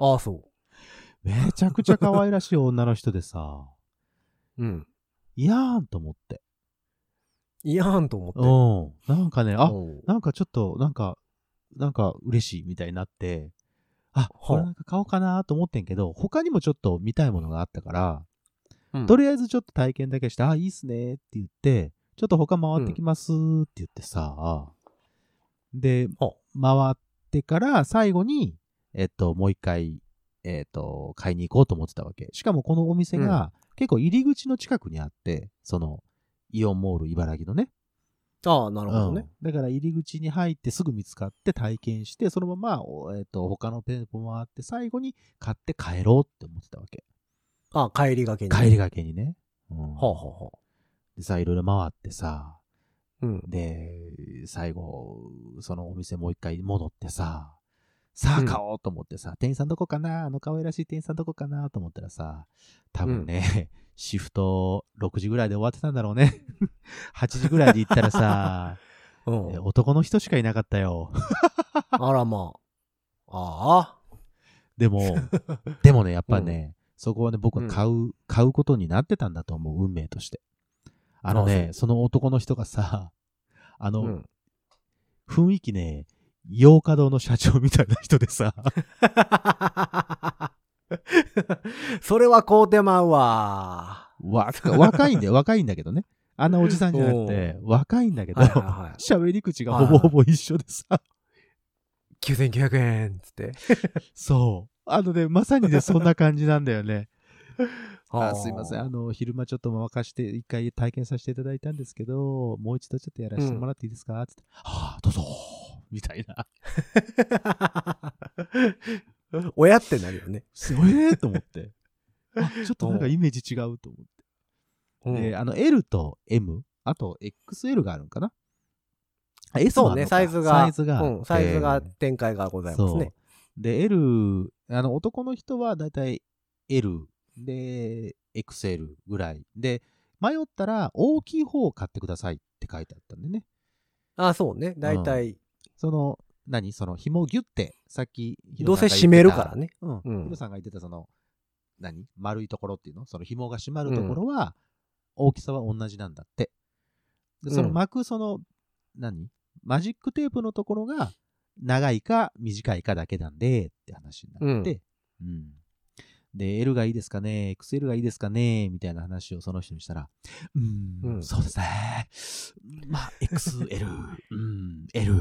[SPEAKER 2] ああ、そ
[SPEAKER 3] めちゃくちゃ可愛らしい女の人でさ、
[SPEAKER 2] う。うん。
[SPEAKER 3] いやーんと 思って。
[SPEAKER 2] いやーんと思って。
[SPEAKER 3] うん。なんかね、あ、
[SPEAKER 2] うん
[SPEAKER 3] なんかちょっと、なんか、なんか嬉しいみたいになって、あ、これなんか買おうかなと思ってんけど、他にもちょっと見たいものがあったから、
[SPEAKER 2] うん
[SPEAKER 3] とりあえずちょっと体験だけして、あ、いいっすねって言って、ちょっと他回ってきますって言ってさ、で、
[SPEAKER 2] は
[SPEAKER 3] 回っってから、最後に、えっと、もう一回、えっと、買いに行こうと思ってたわけ。しかもこのお店が、結構入り口の近くにあって、その、イオンモール茨城のね。
[SPEAKER 2] ああ、なるほどね。
[SPEAKER 3] うんだから入り口に入ってすぐ見つかって体験して、そのまま、おえっと、他の店舗もあって、最後に買って帰ろうって思ってたわけ。
[SPEAKER 2] ああ、帰りがけに。
[SPEAKER 3] 帰りがけにね。うん
[SPEAKER 2] はあ、はあはあ、
[SPEAKER 3] でさ、いろいろ回ってさ、
[SPEAKER 2] うん。
[SPEAKER 3] で、最後、そのお店もう一回戻ってさ、さあ
[SPEAKER 2] うん
[SPEAKER 3] 買おうと思ってさ、店員さんどこかなあの可愛らしい店員さんどこかなと思ったらさ、多分ね、シフト6時ぐらいで終わってたんだろうね。8時ぐらいで行ったらさ、
[SPEAKER 2] うん
[SPEAKER 3] え男の人しかいなかったよ。
[SPEAKER 2] あらまあ。ああ。
[SPEAKER 3] で も、でもね、やっぱね、そこはね、僕は買う、買うことになってたんだと思う、運命として。あの
[SPEAKER 2] あ
[SPEAKER 3] ね、その男の人がさ、あの、
[SPEAKER 2] うん。
[SPEAKER 3] 雰囲気ね、洋華堂の社長みたいな人でさ、
[SPEAKER 2] それは買うてまうわ。
[SPEAKER 3] わ若いんだよ、若いんだけどね。あんなおじさんじゃなくて、若いんだけど、
[SPEAKER 2] はいはいはい
[SPEAKER 3] 喋り口がほぼほぼ一緒でさ、
[SPEAKER 2] 9900円っつって。
[SPEAKER 3] そう。あのね、まさにね、そんな感じなんだよね。
[SPEAKER 2] は
[SPEAKER 3] あすいません。あの、昼間ちょっと任して、一回体験させていただいたんですけど、もう一度ちょっとやらせてもらっていいですか、つって、はあ、どうぞみたいな。
[SPEAKER 2] 親ってなるよね。
[SPEAKER 3] すごいね と思って。あ、ちょっとなんかイメージ違うと思っ
[SPEAKER 2] うん
[SPEAKER 3] て。で、あの、L と M、あと XL があるんかなあ S も
[SPEAKER 2] そ
[SPEAKER 3] あ
[SPEAKER 2] う
[SPEAKER 3] るの
[SPEAKER 2] ね、
[SPEAKER 3] か
[SPEAKER 2] サイズが。
[SPEAKER 3] サイズが。
[SPEAKER 2] うん、サイズ
[SPEAKER 3] え
[SPEAKER 2] が
[SPEAKER 3] ー
[SPEAKER 2] 展開がございますね。
[SPEAKER 3] で、L、あの、男の人はだいたい L で、XL ぐらい。で、迷ったら大きい方を買ってくださいって書いてあったんでね。
[SPEAKER 2] あそうね。大体、
[SPEAKER 3] その、何その紐をギュって、さっき、ヒ
[SPEAKER 2] ど
[SPEAKER 3] ロ
[SPEAKER 2] う
[SPEAKER 3] さ
[SPEAKER 2] せ
[SPEAKER 3] んが言って
[SPEAKER 2] 締め
[SPEAKER 3] た
[SPEAKER 2] るから。ね。
[SPEAKER 3] うん。
[SPEAKER 2] うん
[SPEAKER 3] ヒロさんが言ってたその、何丸いところっていうのその紐が締まるところは、大きさは同じなんだって。で、その
[SPEAKER 2] うん
[SPEAKER 3] 巻く、その、何マジックテープのところが、長いか短いかだけなんで、って話になって、うん。で、L がいいですかね ?XL がいいですかねみたいな話をその人にしたら、うーん、
[SPEAKER 2] うん
[SPEAKER 3] そうですね。まあ、XL、うん、L、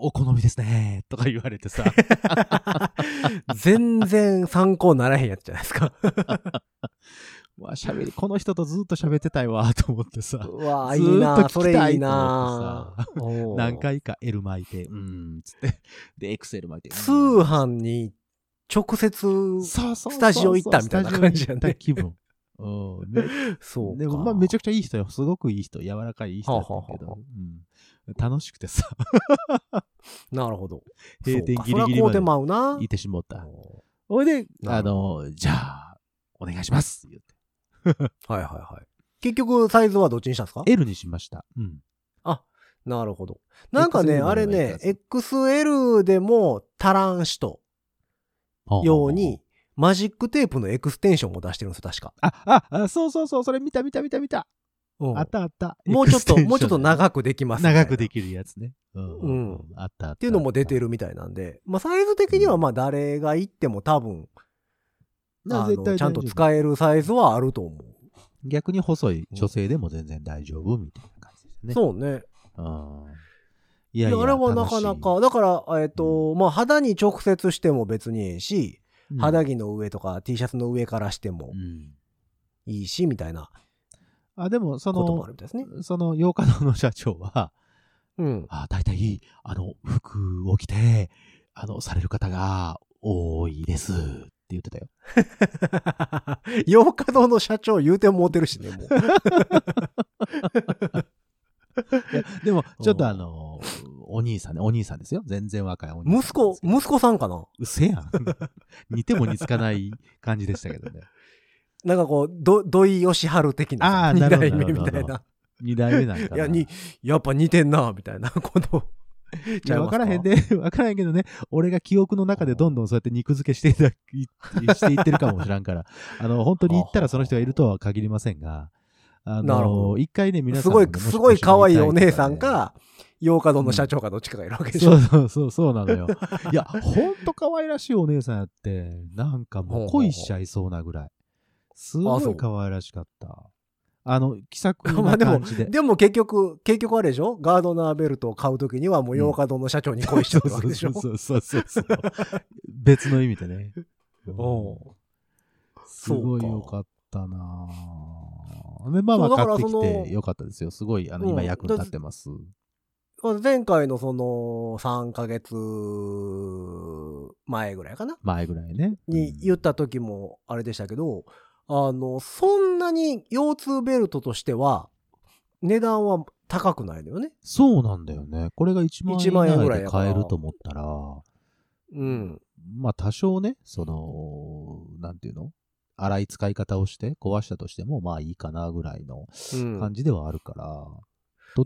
[SPEAKER 3] お好みですね。とか言われてさ。
[SPEAKER 2] 全然参考にならへんやつじゃないです か。
[SPEAKER 3] わ喋り、この人とずっと喋ってたいわ、と思ってさ。
[SPEAKER 2] うわあ
[SPEAKER 3] ず
[SPEAKER 2] いい
[SPEAKER 3] ーっと
[SPEAKER 2] な
[SPEAKER 3] 聞きたい
[SPEAKER 2] それいいな
[SPEAKER 3] と何回か L 巻いて、うーん、つって。で、XL 巻いて。
[SPEAKER 2] 通
[SPEAKER 3] うん
[SPEAKER 2] 販に直接、
[SPEAKER 3] そうそうそうそう
[SPEAKER 2] スタジオ行ったみたいな感じやね
[SPEAKER 3] スタジオ行った気分。うんめ
[SPEAKER 2] そうか。
[SPEAKER 3] でもまあめちゃくちゃいい人よ。すごくいい人。柔らかいいい人だったけ
[SPEAKER 2] はあはあは
[SPEAKER 3] ど。うん楽しくてさ、
[SPEAKER 2] なるほど。
[SPEAKER 3] 閉店
[SPEAKER 2] そう
[SPEAKER 3] ギリ
[SPEAKER 2] か
[SPEAKER 3] ギリ
[SPEAKER 2] それはこ
[SPEAKER 3] まで。
[SPEAKER 2] うでまうない
[SPEAKER 3] てしもった。ほいで、
[SPEAKER 2] な
[SPEAKER 3] あ
[SPEAKER 2] る
[SPEAKER 3] の、じゃあ、お願いします。言って
[SPEAKER 2] はいはいはい。結局、サイズはどっちにしたんですか
[SPEAKER 3] L にしました。うん。
[SPEAKER 2] なるほど。なんかね、
[SPEAKER 3] XL
[SPEAKER 2] あれ
[SPEAKER 3] の方がいい
[SPEAKER 2] ね
[SPEAKER 3] や、つ
[SPEAKER 2] XL でも足らん人用に、マジックテープのエクステンションを出してるんですよ、確か。
[SPEAKER 3] あ。あ、あ、そうそうそう、それ見た見た見た見た。
[SPEAKER 2] うん
[SPEAKER 3] あったあった。
[SPEAKER 2] もうちょっと、もうちょっと
[SPEAKER 3] 長
[SPEAKER 2] 長くできますみたいな。
[SPEAKER 3] 長くで
[SPEAKER 2] っ
[SPEAKER 3] きるやつね。うん。
[SPEAKER 2] うん
[SPEAKER 3] あったあった。って
[SPEAKER 2] いうのも出てるみたいなんで、まあサイズ的にはまあ誰が行っても多分、あのちゃんと使
[SPEAKER 3] え。
[SPEAKER 2] えるサイズはあると思う。
[SPEAKER 3] 逆に細い女性でも全然大丈夫みたいな感じですね。う。
[SPEAKER 2] そうね。い
[SPEAKER 3] ん。いやい
[SPEAKER 2] や
[SPEAKER 3] や。
[SPEAKER 2] あれはなかなか、だから、えっ、と、まあ肌に直接しても別にええし、肌
[SPEAKER 3] 着。
[SPEAKER 2] 着の上とか T シャツの上からしても
[SPEAKER 3] うん。
[SPEAKER 2] いいし、みたいな
[SPEAKER 3] あ、でも、そ
[SPEAKER 2] こともある
[SPEAKER 3] の
[SPEAKER 2] み、たいですね。
[SPEAKER 3] その、洋華堂の社長は、
[SPEAKER 2] うん。
[SPEAKER 3] あ、大体、あの、服を着て、あの、される方が多いですって言ってたよ。
[SPEAKER 2] 洋華堂の社長言うてもうてるしね、もう。
[SPEAKER 3] いやでも、ちょっとあの、お兄さんね、お兄さんですよ。全然若いお兄さんなんです
[SPEAKER 2] 息
[SPEAKER 3] けど。
[SPEAKER 2] 子、 息子さんかな
[SPEAKER 3] うせ やん。似ても似つかない感じでしたけどね。
[SPEAKER 2] なんかこう、ど、土井義春的な。
[SPEAKER 3] あーなるほ
[SPEAKER 2] 二
[SPEAKER 3] ど
[SPEAKER 2] 代目み
[SPEAKER 3] な
[SPEAKER 2] た
[SPEAKER 3] る
[SPEAKER 2] い
[SPEAKER 3] ほど
[SPEAKER 2] な。
[SPEAKER 3] 二代目なんかな。
[SPEAKER 2] いや、に、やっぱ似てんな、みたいな こと。
[SPEAKER 3] いや、わからへん。で、わからへんけどね、 俺が記憶の中でどんどんそうやって肉付けしていただき、していってるかもしらんから、あの、本当に行ったらその人がいるとは限りませんが、あ
[SPEAKER 2] なるほ
[SPEAKER 3] の、
[SPEAKER 2] ど
[SPEAKER 3] 一回ね、皆さ
[SPEAKER 2] す
[SPEAKER 3] ん
[SPEAKER 2] ご
[SPEAKER 3] も
[SPEAKER 2] い
[SPEAKER 3] ね、も、し
[SPEAKER 2] すごい可愛いお姉さん
[SPEAKER 3] もし
[SPEAKER 2] か、洋華堂の社長かどっちかがいるわけでし
[SPEAKER 3] 知りた
[SPEAKER 2] ょ。
[SPEAKER 3] いとかね、そうそうそう、そうなのよ。いや、ほんと可愛らしいお姉さんやって、なんかもう恋しちゃいそうなぐらい。す
[SPEAKER 2] ほうほう
[SPEAKER 3] ご
[SPEAKER 2] ほう
[SPEAKER 3] い可愛らしかった。あの、気さく
[SPEAKER 2] まあ
[SPEAKER 3] な
[SPEAKER 2] でも
[SPEAKER 3] 感じで。
[SPEAKER 2] でも結局、結局あれでしょガードナーベルトを買うときにはもう洋華堂の社長に恋しちゃうわけでしょ
[SPEAKER 3] そうそうそうそうそう。別の意味でね。
[SPEAKER 2] おう
[SPEAKER 3] すご
[SPEAKER 2] そう
[SPEAKER 3] い
[SPEAKER 2] か
[SPEAKER 3] よかったなぁで、まあまあ
[SPEAKER 2] そうだか
[SPEAKER 3] 買
[SPEAKER 2] ら
[SPEAKER 3] ってき
[SPEAKER 2] その
[SPEAKER 3] てよかったですよ。すごい、あの、
[SPEAKER 2] うん
[SPEAKER 3] 今役に立ってます。
[SPEAKER 2] 前回のその3ヶ月前ぐらいかな
[SPEAKER 3] 前ぐらいね。
[SPEAKER 2] に
[SPEAKER 3] うん
[SPEAKER 2] 言った時もあれでしたけど、あの、そんなに腰痛ベルトとしては値段は高くないのよね。
[SPEAKER 3] そうなんだよね。これが1万円
[SPEAKER 2] 1万円ぐ
[SPEAKER 3] ぐ
[SPEAKER 2] ら
[SPEAKER 3] ら
[SPEAKER 2] い
[SPEAKER 3] い
[SPEAKER 2] や
[SPEAKER 3] で
[SPEAKER 2] から
[SPEAKER 3] 買えると思ったら、
[SPEAKER 2] うん。
[SPEAKER 3] まあ多少ね、その、なんていうの荒い使い方をして壊したとしても、まあいいかなぐらいの
[SPEAKER 2] うん
[SPEAKER 3] 感じではあるから。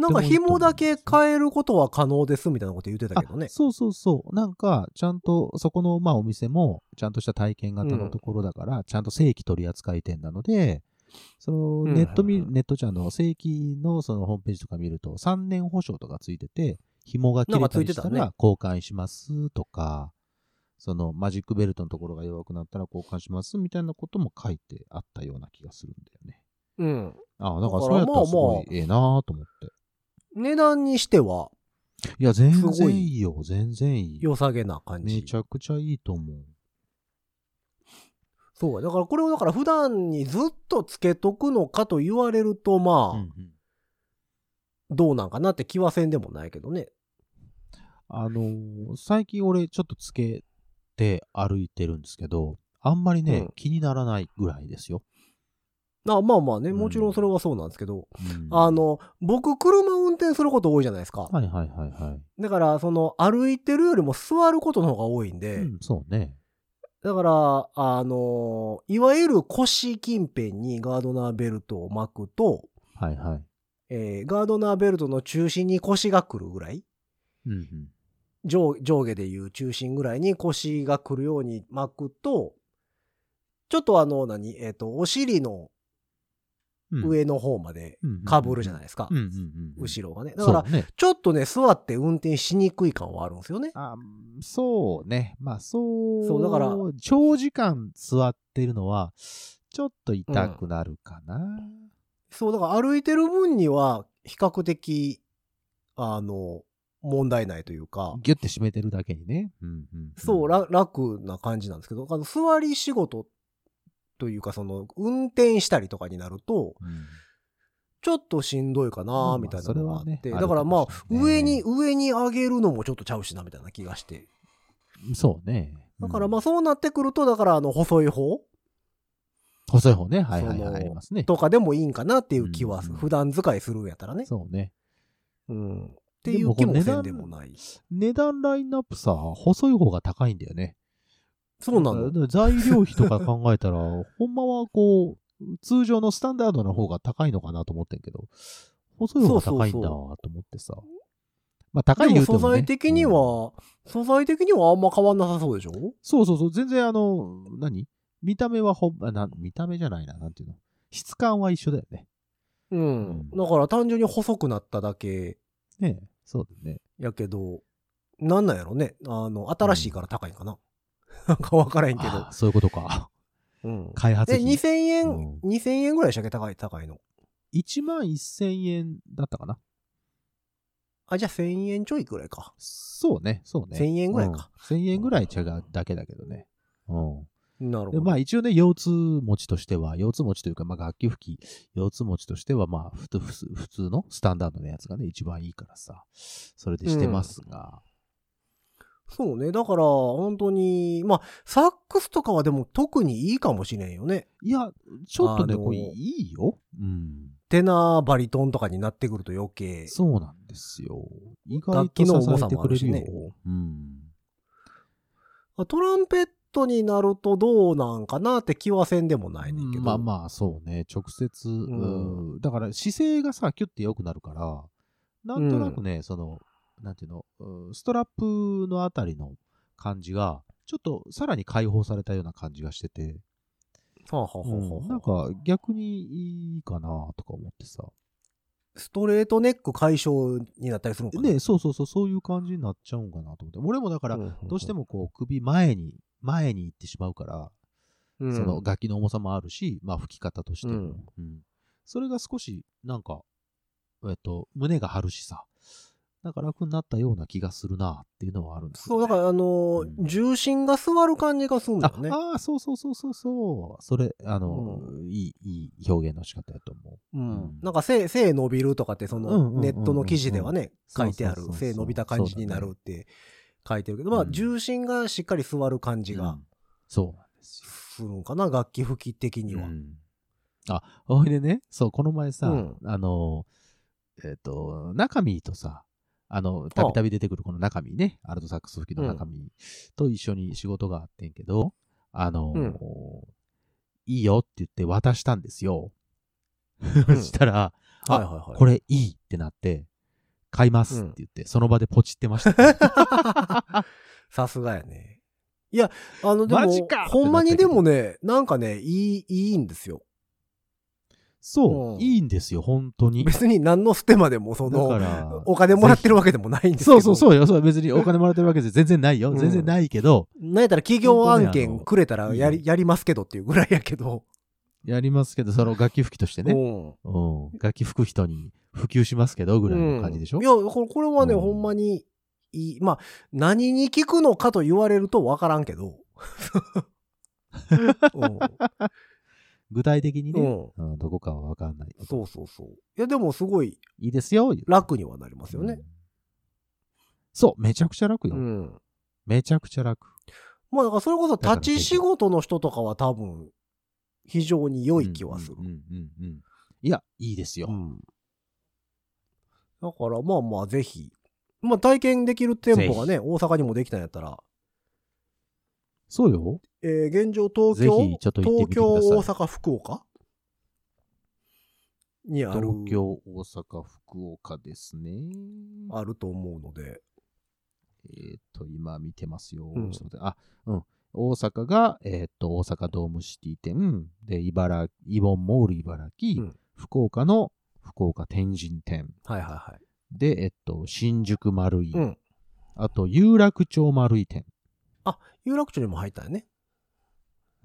[SPEAKER 2] なんか紐だけ
[SPEAKER 3] え
[SPEAKER 2] 変えることは可能ですみたいなこと言ってたけどね
[SPEAKER 3] あ。そうそうそう。なんか、ちゃんと、そこの、まあ、お店も、ちゃんとした体験型のところだから、ちゃんと正規取扱店なので、その、
[SPEAKER 2] うん
[SPEAKER 3] ネット見、
[SPEAKER 2] はいはい
[SPEAKER 3] ネットちゃんの正規の、その、ホームページとか見ると、3年保証とかついてて、紐が切れたりした
[SPEAKER 2] なんかついてた
[SPEAKER 3] ら、交換しますとか、その、マジックベルトのところが弱くなったら交換しますみたいなことも書いてあったような気がするんだよね。
[SPEAKER 2] うん。
[SPEAKER 3] ああ、なん
[SPEAKER 2] だか
[SPEAKER 3] か
[SPEAKER 2] ら
[SPEAKER 3] そうやったらす
[SPEAKER 2] まあ
[SPEAKER 3] ご
[SPEAKER 2] まあ
[SPEAKER 3] いええなと思って。
[SPEAKER 2] 値段にしてはい
[SPEAKER 3] や、全
[SPEAKER 2] すご
[SPEAKER 3] 然
[SPEAKER 2] い
[SPEAKER 3] いいよ、全然いい。
[SPEAKER 2] 良さげな感じ。
[SPEAKER 3] めちゃくちゃいいと思う。
[SPEAKER 2] そう。だからこれをだから普段にずっとつけとくのかと言われるとまあ、
[SPEAKER 3] うんうん
[SPEAKER 2] どうなんかなって気はせんでもないけどね。
[SPEAKER 3] あのー最近俺ちょっとつけて歩いてるんですけど、あんまりね、
[SPEAKER 2] うん
[SPEAKER 3] 気にならないぐらいですよ。
[SPEAKER 2] あまあまあね、
[SPEAKER 3] うん
[SPEAKER 2] もちろんそれはそうなんですけど、
[SPEAKER 3] うん
[SPEAKER 2] あ、の、僕車運転すること多いじゃないですか。
[SPEAKER 3] はいはいはいはい。
[SPEAKER 2] だから、その歩いてるよりも座ることの方が多いんで、
[SPEAKER 3] うん、そうね。
[SPEAKER 2] だから、あの、いわゆる腰近辺にガードナーベルトを巻くと、
[SPEAKER 3] はいはい。
[SPEAKER 2] えーガードナーベルトの中心に腰が来るぐらい
[SPEAKER 3] うんうん、
[SPEAKER 2] 上上下でいう中心ぐらいに腰が来るように巻くと、ちょっとあの、何、えっ、と、お尻の
[SPEAKER 3] うん、
[SPEAKER 2] 上の方まで
[SPEAKER 3] うんうんうん
[SPEAKER 2] かぶるじゃないですか
[SPEAKER 3] うん。うんうんうん、
[SPEAKER 2] 後ろがね。だから
[SPEAKER 3] そ、うね。
[SPEAKER 2] ちょっとね、座って運転しにくい感はあるんですよね。
[SPEAKER 3] あそうね。まあそう。
[SPEAKER 2] そうだから
[SPEAKER 3] 長時間座ってるのは、ちょっと痛くなるかな。
[SPEAKER 2] そう、だから歩いてる分には、比較的、あの、問題ないというか、
[SPEAKER 3] ギュッて締めてるだけにね。うんうんん
[SPEAKER 2] そう、ら楽な感じなんですけど、あの座り仕事というか、その、運転したりとかになると、
[SPEAKER 3] うん
[SPEAKER 2] ちょっとしんどいか
[SPEAKER 3] まあま
[SPEAKER 2] な、
[SPEAKER 3] あ
[SPEAKER 2] みたいなのがあって、
[SPEAKER 3] それはね
[SPEAKER 2] だからまあ
[SPEAKER 3] あるか、もしれないね
[SPEAKER 2] 上に、上に上げるのもちょっとちゃうしな、みたいな気がして。
[SPEAKER 3] そうね。
[SPEAKER 2] だから
[SPEAKER 3] うん
[SPEAKER 2] まあ、そうなってくると、だからあの、細い方
[SPEAKER 3] 細い方ね。はいはい
[SPEAKER 2] そ
[SPEAKER 3] は
[SPEAKER 2] の
[SPEAKER 3] い。ありますね。
[SPEAKER 2] とかでもいいんかなっていう気はする、
[SPEAKER 3] うん
[SPEAKER 2] 普段使いするんやったらね。
[SPEAKER 3] そうね。
[SPEAKER 2] うん。っていう気もせんでもない。
[SPEAKER 3] 値段ラインナップさ、細い方が高いんだよね。
[SPEAKER 2] そうなの
[SPEAKER 3] だ。から材料費とか考えたら、 ほんまはこう、通常のスタンダードの方が高いのかなと思ってんけど、細い方が高いんだと思ってさ。まあ高い
[SPEAKER 2] で
[SPEAKER 3] 言
[SPEAKER 2] も
[SPEAKER 3] うても、
[SPEAKER 2] 素
[SPEAKER 3] ね、
[SPEAKER 2] 材的に
[SPEAKER 3] うん
[SPEAKER 2] は、素材的にはあんま変わんなさそうでしょ
[SPEAKER 3] そうそうそう、全然あの、何見た目はほん、あな見た目じゃないな、なんていうの。質感は一緒だよね。
[SPEAKER 2] うん。
[SPEAKER 3] うん
[SPEAKER 2] だから単純に細くなっただけ
[SPEAKER 3] ねえそうだよね。
[SPEAKER 2] やけど、なんなんやろね。あの、新しいから高いんかな。なんかわからへんけど
[SPEAKER 3] あ。あそういうこと か。
[SPEAKER 2] うん。
[SPEAKER 3] 開発
[SPEAKER 2] で、
[SPEAKER 3] 費。
[SPEAKER 2] 2000円、
[SPEAKER 3] うん
[SPEAKER 2] 2000円ぐらいでしたっけ高い、高いの。
[SPEAKER 3] 1万1000円だったかな。
[SPEAKER 2] あ、じゃあ1000円ちょいぐらいか。
[SPEAKER 3] そうね、そうね。
[SPEAKER 2] 1000円ぐらいか。
[SPEAKER 3] うん。1000円ぐらい違うだけだけどね。うん。
[SPEAKER 2] なるほ
[SPEAKER 3] で
[SPEAKER 2] ど。
[SPEAKER 3] まあ一応ね、腰痛持ちとしては、腰痛持ちというか、まあ楽器吹き、腰痛持ちとしては、まあふとふつ普通のスタンダードのやつがね、一番いいからさ、それでしてますが、
[SPEAKER 2] そうね。だから、本当に、まあ、サックスとかはでも特にいいかもしれんよね。
[SPEAKER 3] いや、ちょっとね、
[SPEAKER 2] あのー
[SPEAKER 3] これいいよ。うん。
[SPEAKER 2] テナー、バリトンとかになってくると余計。
[SPEAKER 3] そうなんですよ。意外
[SPEAKER 2] 楽器の
[SPEAKER 3] と支
[SPEAKER 2] 重
[SPEAKER 3] え
[SPEAKER 2] さ
[SPEAKER 3] て
[SPEAKER 2] もあ
[SPEAKER 3] く
[SPEAKER 2] る
[SPEAKER 3] れ
[SPEAKER 2] し
[SPEAKER 3] るよ。
[SPEAKER 2] ね
[SPEAKER 3] うん。
[SPEAKER 2] トランペットになるとどうなんかなって気はせんでもないねんけど。
[SPEAKER 3] まあまあ、そうね。直接、
[SPEAKER 2] ん
[SPEAKER 3] うんだから姿勢がさ、キュッて良くなるから、なんとなくね、その、なんていうの、うんストラップのあたりの感じが、ちょっとさらに解放されたような感じがしてて、
[SPEAKER 2] あ。はあはあはあはあ
[SPEAKER 3] なんか逆にいいかなとか思ってさ。
[SPEAKER 2] ストレートネック解消になったりするのかな。
[SPEAKER 3] ね、そうそうそう、そういう感じになっちゃうんかなと思って。俺もだから、どうして
[SPEAKER 2] も、
[SPEAKER 3] もこう首前に、前に行ってしまうから、
[SPEAKER 2] うん
[SPEAKER 3] その楽器の重さもあるし、まあ吹き方としても、
[SPEAKER 2] うん
[SPEAKER 3] うんそれが少し、なんか、えっと、胸が張るしさ、なんか楽になったような気がするなっていうのはあるんです
[SPEAKER 2] そう、だから、あのー
[SPEAKER 3] うん
[SPEAKER 2] 重心が座る感じがするんだよね。
[SPEAKER 3] ああー、そうそうそうそうそう。それ、あの、いい、いい表現の仕方やと思う。
[SPEAKER 2] うん。なんか背、背伸びるとかって、そ
[SPEAKER 3] うんうんうんうんう
[SPEAKER 2] の、
[SPEAKER 3] ん
[SPEAKER 2] ネットの記事ではね、書いてある
[SPEAKER 3] そうそう。そうそう
[SPEAKER 2] 背伸びた感じになるって書いてるけど、まあ、
[SPEAKER 3] うん
[SPEAKER 2] 重心がしっかり座る感じ
[SPEAKER 3] う
[SPEAKER 2] が
[SPEAKER 3] んそうなんですよ。
[SPEAKER 2] するんかな、楽器吹き的には。
[SPEAKER 3] うんあ、ほいでね、そう、この前さ、
[SPEAKER 2] うん
[SPEAKER 3] あの、えっ、と、中身とさ、あの、たびたび出てくるこの中身ね、アルトサックス吹きの中身と一緒に仕事があってんけど、あの、
[SPEAKER 2] うん
[SPEAKER 3] いいよって言って渡したんですよ。
[SPEAKER 2] う
[SPEAKER 3] そ
[SPEAKER 2] ん
[SPEAKER 3] したら、あ
[SPEAKER 2] はいはいはい。
[SPEAKER 3] これいいってなって、買いますって言って、その場でポチってました。
[SPEAKER 2] さすがやね。いや、あの、で
[SPEAKER 3] マジ
[SPEAKER 2] も
[SPEAKER 3] か、
[SPEAKER 2] ほんまにでもね、なんかね、いい、いいんですよ。
[SPEAKER 3] そう、
[SPEAKER 2] うん
[SPEAKER 3] いいんですよ、本当に。
[SPEAKER 2] 別に何のステマでも、そ
[SPEAKER 3] だか
[SPEAKER 2] の、
[SPEAKER 3] ら、
[SPEAKER 2] お金もらってるわけでもないんですけど。。
[SPEAKER 3] そうそうそううよ。そう別にお金もらってるわけで全然ないよ。
[SPEAKER 2] うん
[SPEAKER 3] 全然ないけど、
[SPEAKER 2] なんやったら企業案
[SPEAKER 3] 本当ねあ
[SPEAKER 2] 件
[SPEAKER 3] の
[SPEAKER 2] くれたらやり、やりますけどっていうぐらいやけど。
[SPEAKER 3] やりますけど、その楽器吹きとしてね。
[SPEAKER 2] うん
[SPEAKER 3] うん。楽器吹く人に普及しますけど、ぐらいの感じでしょ、
[SPEAKER 2] うんいや、これこれはね、
[SPEAKER 3] うん
[SPEAKER 2] ほんまに、いい、まあ、何に聞くのかと言われるとわからんけ ど。うん
[SPEAKER 3] 具体的に
[SPEAKER 2] う
[SPEAKER 3] ね、
[SPEAKER 2] ん。
[SPEAKER 3] うんどこかはわかんない。
[SPEAKER 2] そうそうそう。いや、でもすごい
[SPEAKER 3] いいですよ、言う
[SPEAKER 2] 楽にはなりますよね
[SPEAKER 3] う。んそう、めちゃくちゃ楽よ。
[SPEAKER 2] うん。
[SPEAKER 3] めちゃくちゃ楽。
[SPEAKER 2] まあだからそれこそ立ち仕事の人とかは多分非常に良い気はする
[SPEAKER 3] うん。うんうんうんいや、いいですよ。
[SPEAKER 2] うんだからまあまあぜひ、まあ体験できる店舗がね、大阪にもできたんやったら、
[SPEAKER 3] そうよ。
[SPEAKER 2] えー現状東
[SPEAKER 3] ぜ
[SPEAKER 2] 京
[SPEAKER 3] ひ、ちょっと行
[SPEAKER 2] 東
[SPEAKER 3] ってみてくだ
[SPEAKER 2] 京、
[SPEAKER 3] さ
[SPEAKER 2] 大
[SPEAKER 3] い。
[SPEAKER 2] 阪、福岡にある、
[SPEAKER 3] 東京、大阪、福岡ですね。
[SPEAKER 2] あると思うので、
[SPEAKER 3] えっ、と、今見てますよ。
[SPEAKER 2] うん
[SPEAKER 3] ちょっと待ってあ、うん。大阪が、えっ、と、大阪ドームシティ店。で、茨城、イボンモール茨城。
[SPEAKER 2] うん
[SPEAKER 3] 福岡の福岡天神店。
[SPEAKER 2] はいはいはい。
[SPEAKER 3] で、えっ、と、新宿丸井。
[SPEAKER 2] うん
[SPEAKER 3] あと、有楽町丸井店。
[SPEAKER 2] 有楽町にも入ったよね。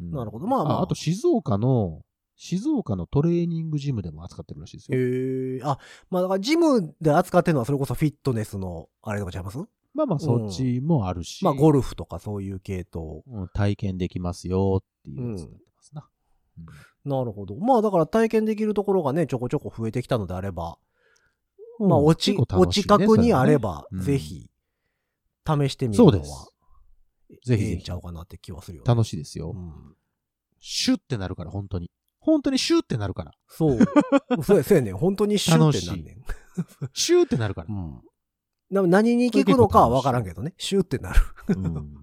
[SPEAKER 3] うん
[SPEAKER 2] なるほどまあまあ
[SPEAKER 3] あと、静岡の、静岡のトレーニングジムでも扱ってるらしいです
[SPEAKER 2] へ
[SPEAKER 3] よ。
[SPEAKER 2] えあ、まあだからジムで扱ってるのはそれこそフィットネスのあれとかちゃいます
[SPEAKER 3] まあまあ、そっちもあるし。
[SPEAKER 2] まあゴルフとかそういう系統。
[SPEAKER 3] うん体験できますよっていうやつになってますな。うん
[SPEAKER 2] なるほど。まあだから体験できるところがね、ちょこちょこ増えてきたのであれば、まあおち、
[SPEAKER 3] 結構
[SPEAKER 2] お
[SPEAKER 3] 楽しいね
[SPEAKER 2] 近くにあれ
[SPEAKER 3] そ
[SPEAKER 2] ば、
[SPEAKER 3] うん
[SPEAKER 2] ぜひ、試してみる
[SPEAKER 3] そう
[SPEAKER 2] の
[SPEAKER 3] で
[SPEAKER 2] は
[SPEAKER 3] す、れはねぜひ
[SPEAKER 2] ええ
[SPEAKER 3] ぜ
[SPEAKER 2] ん
[SPEAKER 3] ひ
[SPEAKER 2] ちゃうかなって気はするよ、ね。
[SPEAKER 3] 楽しいですよ。
[SPEAKER 2] うん
[SPEAKER 3] シュッてなるから、本当に。本当にシュッてなるから。
[SPEAKER 2] そう。 そうや、そうやねん。本当にシュッてなんねん。
[SPEAKER 3] シュッてなるか ら
[SPEAKER 2] う。ん。でも何に聞くのかはわからんけどね。シュッてなる。
[SPEAKER 3] うん
[SPEAKER 2] うん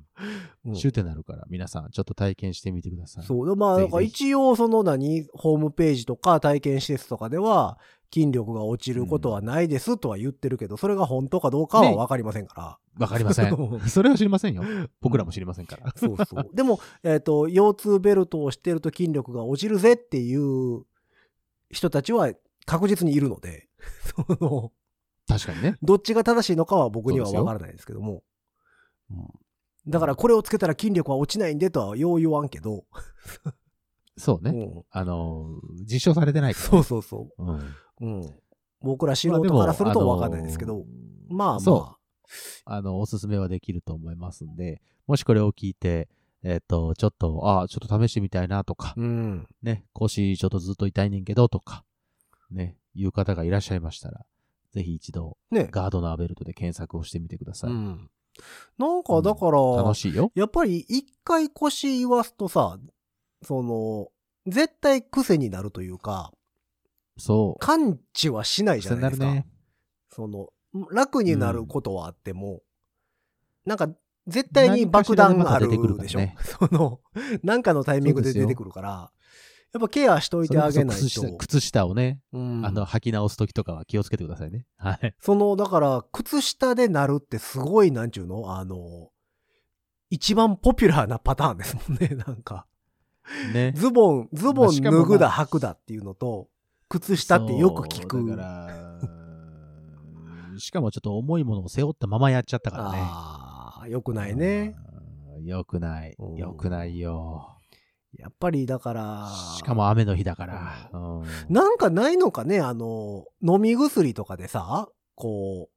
[SPEAKER 3] シュッてなるから、皆さん、ちょっと体験してみてください。
[SPEAKER 2] そう。でまあ、なんか
[SPEAKER 3] ぜひぜ
[SPEAKER 2] 一応その何、ホームページとか体験施設とかでは、筋力が落ちることはないですとは言ってるけど、それが本当かどうかはわかりませんから。
[SPEAKER 3] わかりま せん。それは知りませんよ。僕らも知りませんから。
[SPEAKER 2] そうそう。 でも、えっ、と、腰痛ベルトをしてると筋力が落ちるぜっていう人たちは確実にいるので、 その、
[SPEAKER 3] 確かにね。
[SPEAKER 2] どっちが正しいのかは僕には
[SPEAKER 3] そうですよ
[SPEAKER 2] わからないですけども。だからこれをつけたら筋力は落ちないんでとはよう言わんけど、
[SPEAKER 3] そうね。
[SPEAKER 2] うん
[SPEAKER 3] あのー、実証されてないから。
[SPEAKER 2] そうそうそ
[SPEAKER 3] うん
[SPEAKER 2] う。うん僕ら素人からするとわかんないですけど、、まあまあ、
[SPEAKER 3] そうあの、おすすめはできると思いますんで、もしこれを聞いて、えっ、と、ちょっと、あちょっと試してみたいなとか、
[SPEAKER 2] うん。
[SPEAKER 3] ね、腰ちょっとずっと痛いねんけどとか、ね、いう方がいらっしゃいましたら、ぜひ一度、
[SPEAKER 2] ね。
[SPEAKER 3] ガードナーベルトで検索をしてみてくださ
[SPEAKER 2] う
[SPEAKER 3] い。
[SPEAKER 2] ん。なんかだから、
[SPEAKER 3] 楽しいよ。
[SPEAKER 2] やっぱり一回腰言わすとさ、その、絶対癖になるというか、
[SPEAKER 3] そう。
[SPEAKER 2] 感知はしないじゃ
[SPEAKER 3] 癖に
[SPEAKER 2] ないで
[SPEAKER 3] なる
[SPEAKER 2] すか。そ
[SPEAKER 3] ね。
[SPEAKER 2] の、楽になることはあっても、なんか、絶対に爆弾があるでしょ。
[SPEAKER 3] 何
[SPEAKER 2] その、なんかのタイミングで
[SPEAKER 3] そうですよ
[SPEAKER 2] 出てくるから、やっぱケアしといてあげない
[SPEAKER 3] それこ
[SPEAKER 2] と。
[SPEAKER 3] そ靴下靴下をね、
[SPEAKER 2] うん
[SPEAKER 3] あの、履き直すときとかは気をつけてくださいね。はい。
[SPEAKER 2] その、だから、靴下でなるってすごい、なんちゅうのあの、一番ポピュラーなパターンですもんね、 なんか。
[SPEAKER 3] ね。
[SPEAKER 2] ズボン、ズボ
[SPEAKER 3] まあ
[SPEAKER 2] ン
[SPEAKER 3] し
[SPEAKER 2] 脱
[SPEAKER 3] かもまあ
[SPEAKER 2] ぐだ、履くだっていうのと、靴下ってよく聞
[SPEAKER 3] そうだ
[SPEAKER 2] く。
[SPEAKER 3] から、 しかもちょっと重いものを背負ったままやっちゃったからね。
[SPEAKER 2] ああ、よくないね。
[SPEAKER 3] うん。よくない
[SPEAKER 2] うん。
[SPEAKER 3] よくないよ。
[SPEAKER 2] やっぱりだから、
[SPEAKER 3] しかも雨の日だから。うん
[SPEAKER 2] なんかないのかね、あの、飲み薬とかでさ、こう、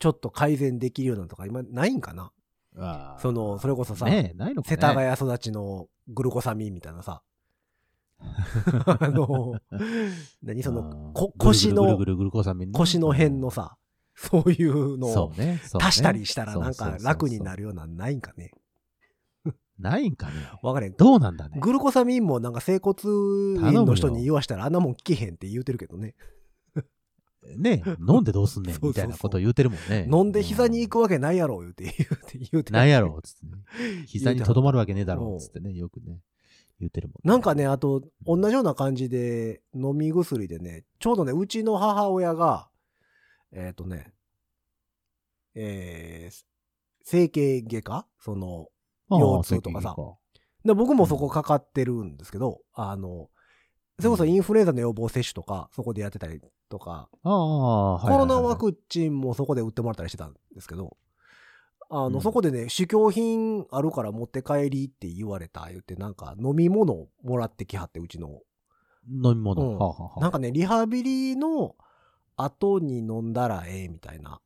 [SPEAKER 2] ちょっと改善できるようなのとか今ないんかな
[SPEAKER 3] あー
[SPEAKER 2] その、それこそさ、
[SPEAKER 3] ねえないのかね
[SPEAKER 2] 世田谷育ちのグルコサミンみたいな さ。あの、何その、こ腰の
[SPEAKER 3] ぐ、るぐるぐるぐるこさみね
[SPEAKER 2] 腰の辺のさ、そういうの
[SPEAKER 3] そ
[SPEAKER 2] を
[SPEAKER 3] うねそうね
[SPEAKER 2] 足したりしたらなん
[SPEAKER 3] そうそう
[SPEAKER 2] か
[SPEAKER 3] そうそう
[SPEAKER 2] 楽になるようなんないんかね。
[SPEAKER 3] ないんかね
[SPEAKER 2] わかれん。
[SPEAKER 3] どうなんだね
[SPEAKER 2] グルコサミンもなんか整骨院の人に言わしたらあんなもん聞けへんって言うてるけどね。
[SPEAKER 3] ねえ飲んでどうすんね ん
[SPEAKER 2] そうそうそう
[SPEAKER 3] みたいなこと言うてるもんね
[SPEAKER 2] 飲んで膝に行くわけないやろ言うて言うて言うて。
[SPEAKER 3] なんやろつっ てね膝にとどまるわけねえだろうつってねよくね言ってるもん
[SPEAKER 2] なんかね、あと、同じような感じで、飲み薬でね、ちょうどね、うちの母親が、えっ、とね、えー、整形外科その、
[SPEAKER 3] ああ
[SPEAKER 2] 腰痛とかさ
[SPEAKER 3] そう
[SPEAKER 2] で僕もそこかかってるんですけど、あの、それこそインフルエンザの予防接種とか、そこでやってたりとか、
[SPEAKER 3] ああはい
[SPEAKER 2] コ
[SPEAKER 3] はいはい
[SPEAKER 2] ロナワクチンもそこで売ってもらったりしてたんですけど、あの、
[SPEAKER 3] うん
[SPEAKER 2] そこでね、試供品あるから持って帰りって言われた、言って、なんか飲み物をもらってきはって、うちの
[SPEAKER 3] 飲み物、
[SPEAKER 2] うん
[SPEAKER 3] はあはあ
[SPEAKER 2] なんかね、リハビリの後に飲んだらええみたいな。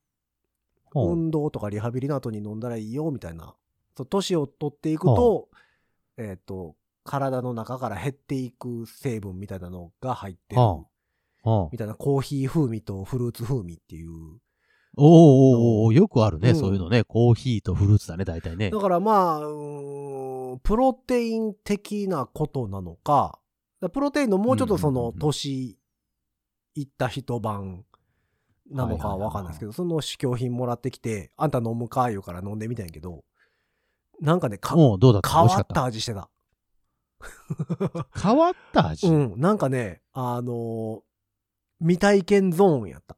[SPEAKER 3] ほう
[SPEAKER 2] 運動とかリハビリの後に飲んだらいいよみたいな。そう年を取っていくと、えっ、と、体の中から減っていく成分みたいなのが入ってる。
[SPEAKER 3] ああうん
[SPEAKER 2] みたいな、コーヒー風味とフルーツ風味っていう。
[SPEAKER 3] おうおうおうおうよくあるね、
[SPEAKER 2] うん
[SPEAKER 3] そういうのね。コーヒーとフルーツだね、大体ね
[SPEAKER 2] だ。からまあ、うーんプロテイン的なことなのか、プロテインのもうちょっとそ
[SPEAKER 3] うんうん
[SPEAKER 2] の
[SPEAKER 3] うんうん
[SPEAKER 2] 年いった一晩なのかはわかんないですけど、その試供品もらってきて、あんた飲むか言うから飲んでみたんやけど、なんかね、か変
[SPEAKER 3] もうどうだった美味し
[SPEAKER 2] わ
[SPEAKER 3] かっ
[SPEAKER 2] った
[SPEAKER 3] た。
[SPEAKER 2] 味してた。
[SPEAKER 3] 変わった味。
[SPEAKER 2] うん、なんかね、あのー未体験ゾーンやった。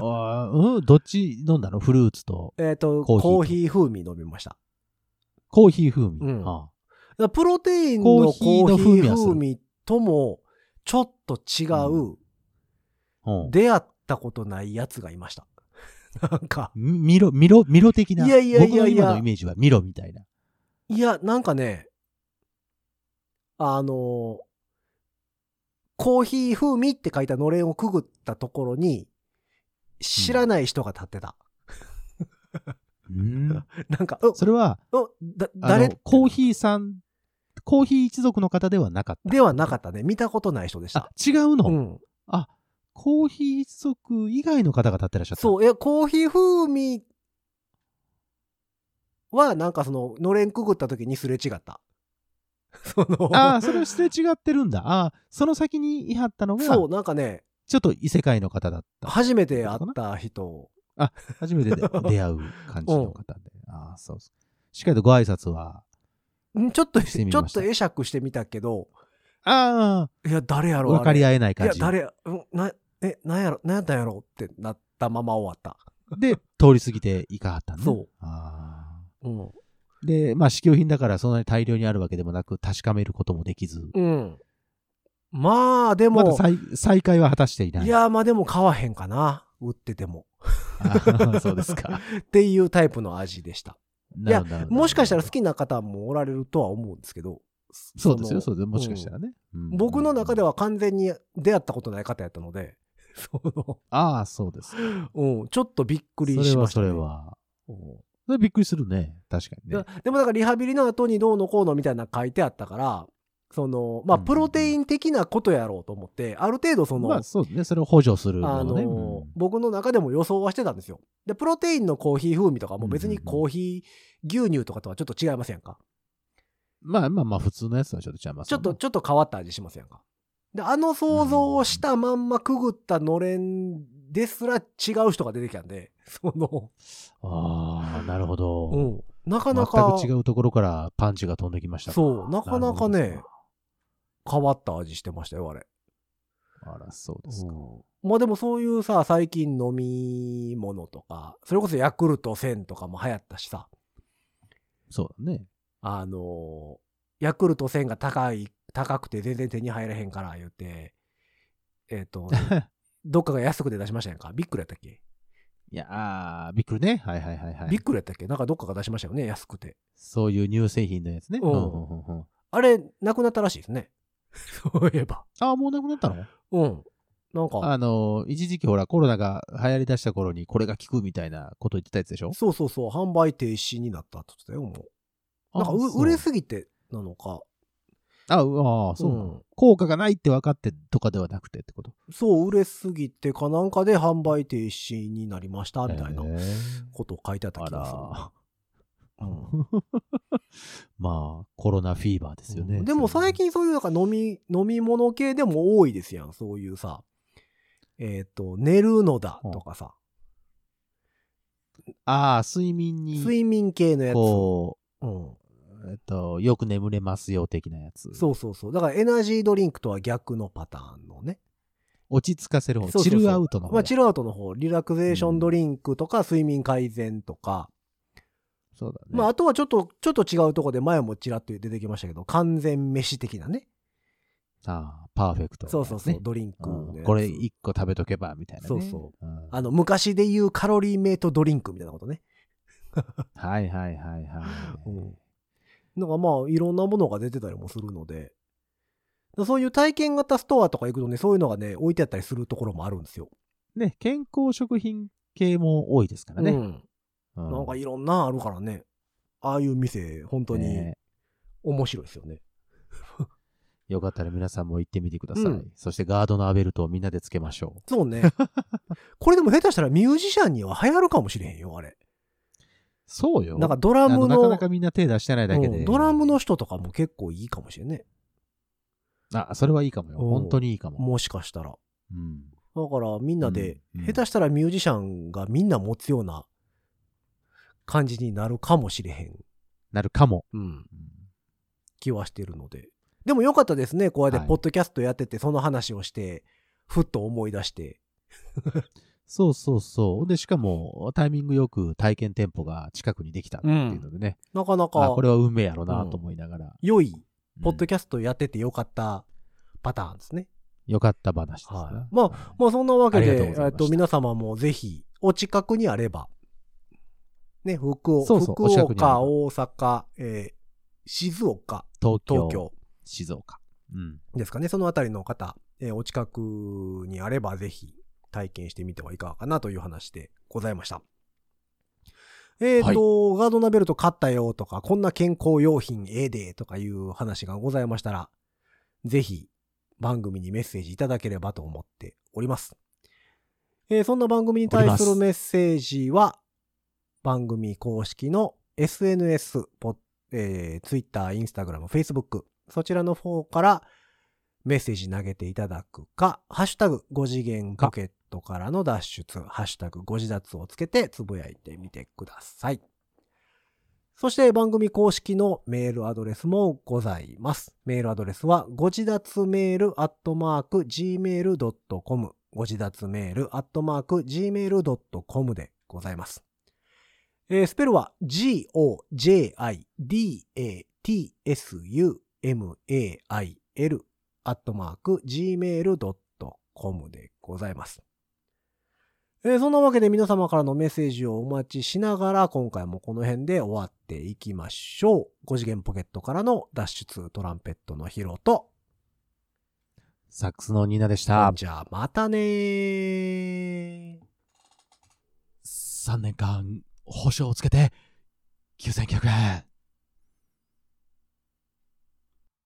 [SPEAKER 3] あーうん、どっち飲んだのフルーツと
[SPEAKER 2] えっ、と、
[SPEAKER 3] コ
[SPEAKER 2] コー
[SPEAKER 3] ーヒーと
[SPEAKER 2] ヒー風味飲みました。だか
[SPEAKER 3] コーヒー風味。
[SPEAKER 2] うん
[SPEAKER 3] あ
[SPEAKER 2] らプロテインのコ
[SPEAKER 3] コーヒーの
[SPEAKER 2] ーヒ
[SPEAKER 3] 風味
[SPEAKER 2] ー
[SPEAKER 3] はする
[SPEAKER 2] 風味とも、ちょっと違う、
[SPEAKER 3] あうん
[SPEAKER 2] 出会ったことないやつがいました。 なんか、
[SPEAKER 3] みミロ、ミロ、ミロ的な。
[SPEAKER 2] いやいやいやいや
[SPEAKER 3] 僕の今のイメージはミロみたいな。
[SPEAKER 2] いや、なんかね、あの、コーヒー風味って書いたのれんをくぐったところに、知らない人が立ってた。
[SPEAKER 3] うん。
[SPEAKER 2] なんか、う
[SPEAKER 3] それは、
[SPEAKER 2] うだ
[SPEAKER 3] あ
[SPEAKER 2] 誰
[SPEAKER 3] の、コーヒーさん、コーヒー一族の方ではなかった。
[SPEAKER 2] ではなかったね。見たことない人でし
[SPEAKER 3] あ
[SPEAKER 2] た。、
[SPEAKER 3] 違うの、
[SPEAKER 2] うん。
[SPEAKER 3] あ、コーヒー一族以外の方が立ってらっしゃった。
[SPEAKER 2] そう、いや、コーヒー風味は、なんかその、のれんくぐった時にすれ違った。 その、
[SPEAKER 3] ああ、それをすれ違ってるんだ。ああ、その先にいはったのが、
[SPEAKER 2] そう、なんかね、
[SPEAKER 3] ちょっと異世界の方だった。
[SPEAKER 2] 初めて会った人
[SPEAKER 3] 初 めてで出会う感じの方で。ああ、そうそう。しっかりとご挨拶は。
[SPEAKER 2] んちょっと、
[SPEAKER 3] してみまし
[SPEAKER 2] ち
[SPEAKER 3] た
[SPEAKER 2] ょっと会釈してみたけど、
[SPEAKER 3] あ
[SPEAKER 2] いや、誰や
[SPEAKER 3] あ、
[SPEAKER 2] ろあれ
[SPEAKER 3] 分かり
[SPEAKER 2] い
[SPEAKER 3] 合えない感
[SPEAKER 2] や、
[SPEAKER 3] じ。
[SPEAKER 2] 誰や、うんな、え、なんやろ、なんやったんやろってなったまま終わっ
[SPEAKER 3] で、通り過ぎていかはったんだ。
[SPEAKER 2] そう
[SPEAKER 3] あ
[SPEAKER 2] た。うん。
[SPEAKER 3] あ。で、まあ、試供品だからそんなに大量にあるわけでもなく、確かめることもできず、
[SPEAKER 2] うん。まあ、で
[SPEAKER 3] まだ
[SPEAKER 2] も、
[SPEAKER 3] 再再会は果たしていない。
[SPEAKER 2] いや、まあでも買わへんかな。売ってても。
[SPEAKER 3] あーそうですか。
[SPEAKER 2] っていうタイプの味でした。
[SPEAKER 3] なるほどなるほど
[SPEAKER 2] もしかしたら好きな方もおられるとは思うんですけど。
[SPEAKER 3] そうですよ、そう
[SPEAKER 2] の
[SPEAKER 3] です。もしかしたらね。うん
[SPEAKER 2] 僕の中で。は完全に出会ったことない方やったので、 その、
[SPEAKER 3] ああ、そうですか。
[SPEAKER 2] うん、ちょっとびっく
[SPEAKER 3] そ
[SPEAKER 2] り
[SPEAKER 3] れ
[SPEAKER 2] しま
[SPEAKER 3] は
[SPEAKER 2] した、
[SPEAKER 3] そ
[SPEAKER 2] ね。
[SPEAKER 3] れは。
[SPEAKER 2] うん
[SPEAKER 3] それびっくりするね。確かにね
[SPEAKER 2] だ。でもだからリハビリの後にどうのこうのみたいなの書いてあったから、その、まあ、
[SPEAKER 3] うん
[SPEAKER 2] プロテイン的なことやろうと思って、ある程度その、
[SPEAKER 3] まあそうね、それを補助する
[SPEAKER 2] あ
[SPEAKER 3] もの
[SPEAKER 2] の
[SPEAKER 3] ね。
[SPEAKER 2] 僕の中でも予想はしてたんですよ。で、プロテインのコーヒー風味とかも別にコーヒー牛乳とかとはちょっと違いませんか。
[SPEAKER 3] うんまあまあまあ、普通のやつとはちょっと違います
[SPEAKER 2] ちょ
[SPEAKER 3] よ
[SPEAKER 2] っ
[SPEAKER 3] ね、
[SPEAKER 2] と、ちょっと変わった味しませんか。で、あの想像をしたまんまくぐったのれんですら違う人が出てきたんで、 その、
[SPEAKER 3] ああ、なるほど。
[SPEAKER 2] うん、なかなか、
[SPEAKER 3] 全く違うところからパンチが飛んできましたか
[SPEAKER 2] そう、なかなか
[SPEAKER 3] るほ
[SPEAKER 2] ね
[SPEAKER 3] ど、
[SPEAKER 2] 変わった味してましたよ、あれ。
[SPEAKER 3] あら、そうですか。
[SPEAKER 2] まあでもそういうさ、最近飲み物とか、それこそヤクルト1000とかも流行ったしさ、
[SPEAKER 3] そうだね。
[SPEAKER 2] あのーヤクルト1000が高い、高くて全然手に入らへんから言って、えっ、 と、どっかが安くで出しましたやんか。ビックルやったっけ
[SPEAKER 3] いやあー、びっくりね。はいはいはいは
[SPEAKER 2] ビ
[SPEAKER 3] い
[SPEAKER 2] ッ。クルやったっけなんかどっかが出しましたよね、安くて。
[SPEAKER 3] そういう乳製品のやつね。
[SPEAKER 2] うん
[SPEAKER 3] うんうんうん
[SPEAKER 2] あれ、なくなったらしいですね。そういえば。
[SPEAKER 3] ああ、もうなくなったの
[SPEAKER 2] うん。なんか、
[SPEAKER 3] あの、一時期ほら、コロナが流行り出した頃にこれが効くみたいなこと言ってたやつでしょ
[SPEAKER 2] そうそうそう、販売停止になったって言ってたよ、もう。なんか、
[SPEAKER 3] あそう
[SPEAKER 2] 売れすぎてなのか。
[SPEAKER 3] あ、うああ、そうなの、
[SPEAKER 2] うん
[SPEAKER 3] 効果がないって分かってとかではなくてってこと
[SPEAKER 2] そう、売れすぎてかなんかで販売停止になりました、みたいな
[SPEAKER 3] へえ
[SPEAKER 2] ことを書いてあった
[SPEAKER 3] あ
[SPEAKER 2] 気がする。
[SPEAKER 3] ら。
[SPEAKER 2] うん
[SPEAKER 3] まあ、コロナフィーバーですよね。
[SPEAKER 2] でも
[SPEAKER 3] それは
[SPEAKER 2] 最近そういうなんか飲み、飲み物系でも多いですやん。そういうさ、えっ、と、寝るのだとかさ、
[SPEAKER 3] ああ、睡眠に、
[SPEAKER 2] 睡眠系のやつ。
[SPEAKER 3] こ
[SPEAKER 2] うん。
[SPEAKER 3] う、えっと、よく眠れますよ的なやつ。
[SPEAKER 2] そうそうそう。だからエナジードリンクとは逆のパターンのね。
[SPEAKER 3] 落ち着かせる方、
[SPEAKER 2] そうそうそう
[SPEAKER 3] チルアウトの方だ。
[SPEAKER 2] まあ、チルアウトの方、リラクゼーションドリンクとか、睡眠改善とか、
[SPEAKER 3] そうだね。
[SPEAKER 2] まあ、あとはちょっと、ちょっと違うとこで前もちらっと出てきましたけど、完全飯的なね。
[SPEAKER 3] ああ、パーフェクト、
[SPEAKER 2] そうそうそう、
[SPEAKER 3] ね
[SPEAKER 2] ドリンクのやつ、
[SPEAKER 3] うんこれ一個食べとけば、みたいな、ね。
[SPEAKER 2] そうそ
[SPEAKER 3] うん
[SPEAKER 2] あの、昔で言うカロリーメイトドリンクみたいなことね。
[SPEAKER 3] はいはいはいは
[SPEAKER 2] う
[SPEAKER 3] い。
[SPEAKER 2] ん。なんかまあ、いろんなものが出てたりもするので、そういう体験型ストアとか行くとね、そういうのがね、置いてあったりするところもあるんですよ。
[SPEAKER 3] ね、健康食品系も多いですからね。
[SPEAKER 2] うん
[SPEAKER 3] うん
[SPEAKER 2] なんかいろんなあるからね、ああいう店、本当に
[SPEAKER 3] ね
[SPEAKER 2] 面白いですよね。
[SPEAKER 3] よかったら皆さんも行ってみてください。
[SPEAKER 2] うん
[SPEAKER 3] そしてガードナーベルトをみんなでつけましょう。
[SPEAKER 2] そうね。 これでも下手したらミュージシャンには流行るかもしれへんよ、あれ。
[SPEAKER 3] そうよ。
[SPEAKER 2] なんかドラムの、
[SPEAKER 3] あなかなかみんな手出してないだけで。
[SPEAKER 2] うんドラムの人とかも結構いいかもしれんね。
[SPEAKER 3] あ、それはいいかもよ。
[SPEAKER 2] うん
[SPEAKER 3] 本当にいいかも。
[SPEAKER 2] もしかしたら。
[SPEAKER 3] うん。
[SPEAKER 2] だからみんなで、
[SPEAKER 3] うんうん
[SPEAKER 2] 下手したらミュージシャンがみんな持つような感じになるかもしれへん。
[SPEAKER 3] なるかも。
[SPEAKER 2] うん。
[SPEAKER 3] うん
[SPEAKER 2] 気はしてるので。でもよかったですね。こうやっ
[SPEAKER 3] は
[SPEAKER 2] て
[SPEAKER 3] い
[SPEAKER 2] ポッドキャストやってて、その話をして、ふっと思い出して。
[SPEAKER 3] そうそうそう。で、しかも、タイミングよく体験店舗が近くにできたっていうのでね。
[SPEAKER 2] なかな
[SPEAKER 3] あ、
[SPEAKER 2] か
[SPEAKER 3] これは運命やろなと思いながら。
[SPEAKER 2] 良い、
[SPEAKER 3] うん
[SPEAKER 2] ポッドキャストやっててよかったパターンですね。
[SPEAKER 3] よかった話ですね。
[SPEAKER 2] はいままあそんなわけ
[SPEAKER 3] ありが
[SPEAKER 2] で
[SPEAKER 3] とう、ござ
[SPEAKER 2] え
[SPEAKER 3] いま
[SPEAKER 2] っ
[SPEAKER 3] した
[SPEAKER 2] と、皆様もぜひ、お近くにあれば、ね、福岡、
[SPEAKER 3] そうそう
[SPEAKER 2] 福
[SPEAKER 3] お近くにあれ
[SPEAKER 2] 岡、
[SPEAKER 3] ば
[SPEAKER 2] 大阪、えー静岡、
[SPEAKER 3] 東京、
[SPEAKER 2] 東京
[SPEAKER 3] 静岡。うん。
[SPEAKER 2] ですかね、そのあたりの方、えーお近くにあればぜひ体験してみてはいかがかなという話でございました。えっ、と、ガードナベルト買ったよとか、こんな健康用品ええでとかいう話がございましたら、ぜひ番組にメッセージいただければと思っております。えーそんな番組に対するメッセージは、番組公式の SNS、ポッえー、Twitter、Instagram、Facebook、そちらの方からメッセージ投げていただくか、ハッシュタグ5次元ポケットからの脱出、ハッシュタグ5次脱をつけてつぶやいてみてください。そして番組公式のメールアドレスもございます。メールアドレスは、ご自立メールアットマーク gmail.com。ご自立メールアットマーク gmail.com でございます。えースペルは g-o-j-i-d-a-t-s-u-m-a-i-l アットマーク gmail.com でございます。えーそんなわけで皆様からのメッセージをお待ちしながら、今回もこの辺で終わっていきましょう。5次元ポケットからの脱出トランペットのヒロと、
[SPEAKER 3] サックスのニーナでした。
[SPEAKER 2] じゃあまたねー。
[SPEAKER 3] 3年間、保証をつけて、9900円。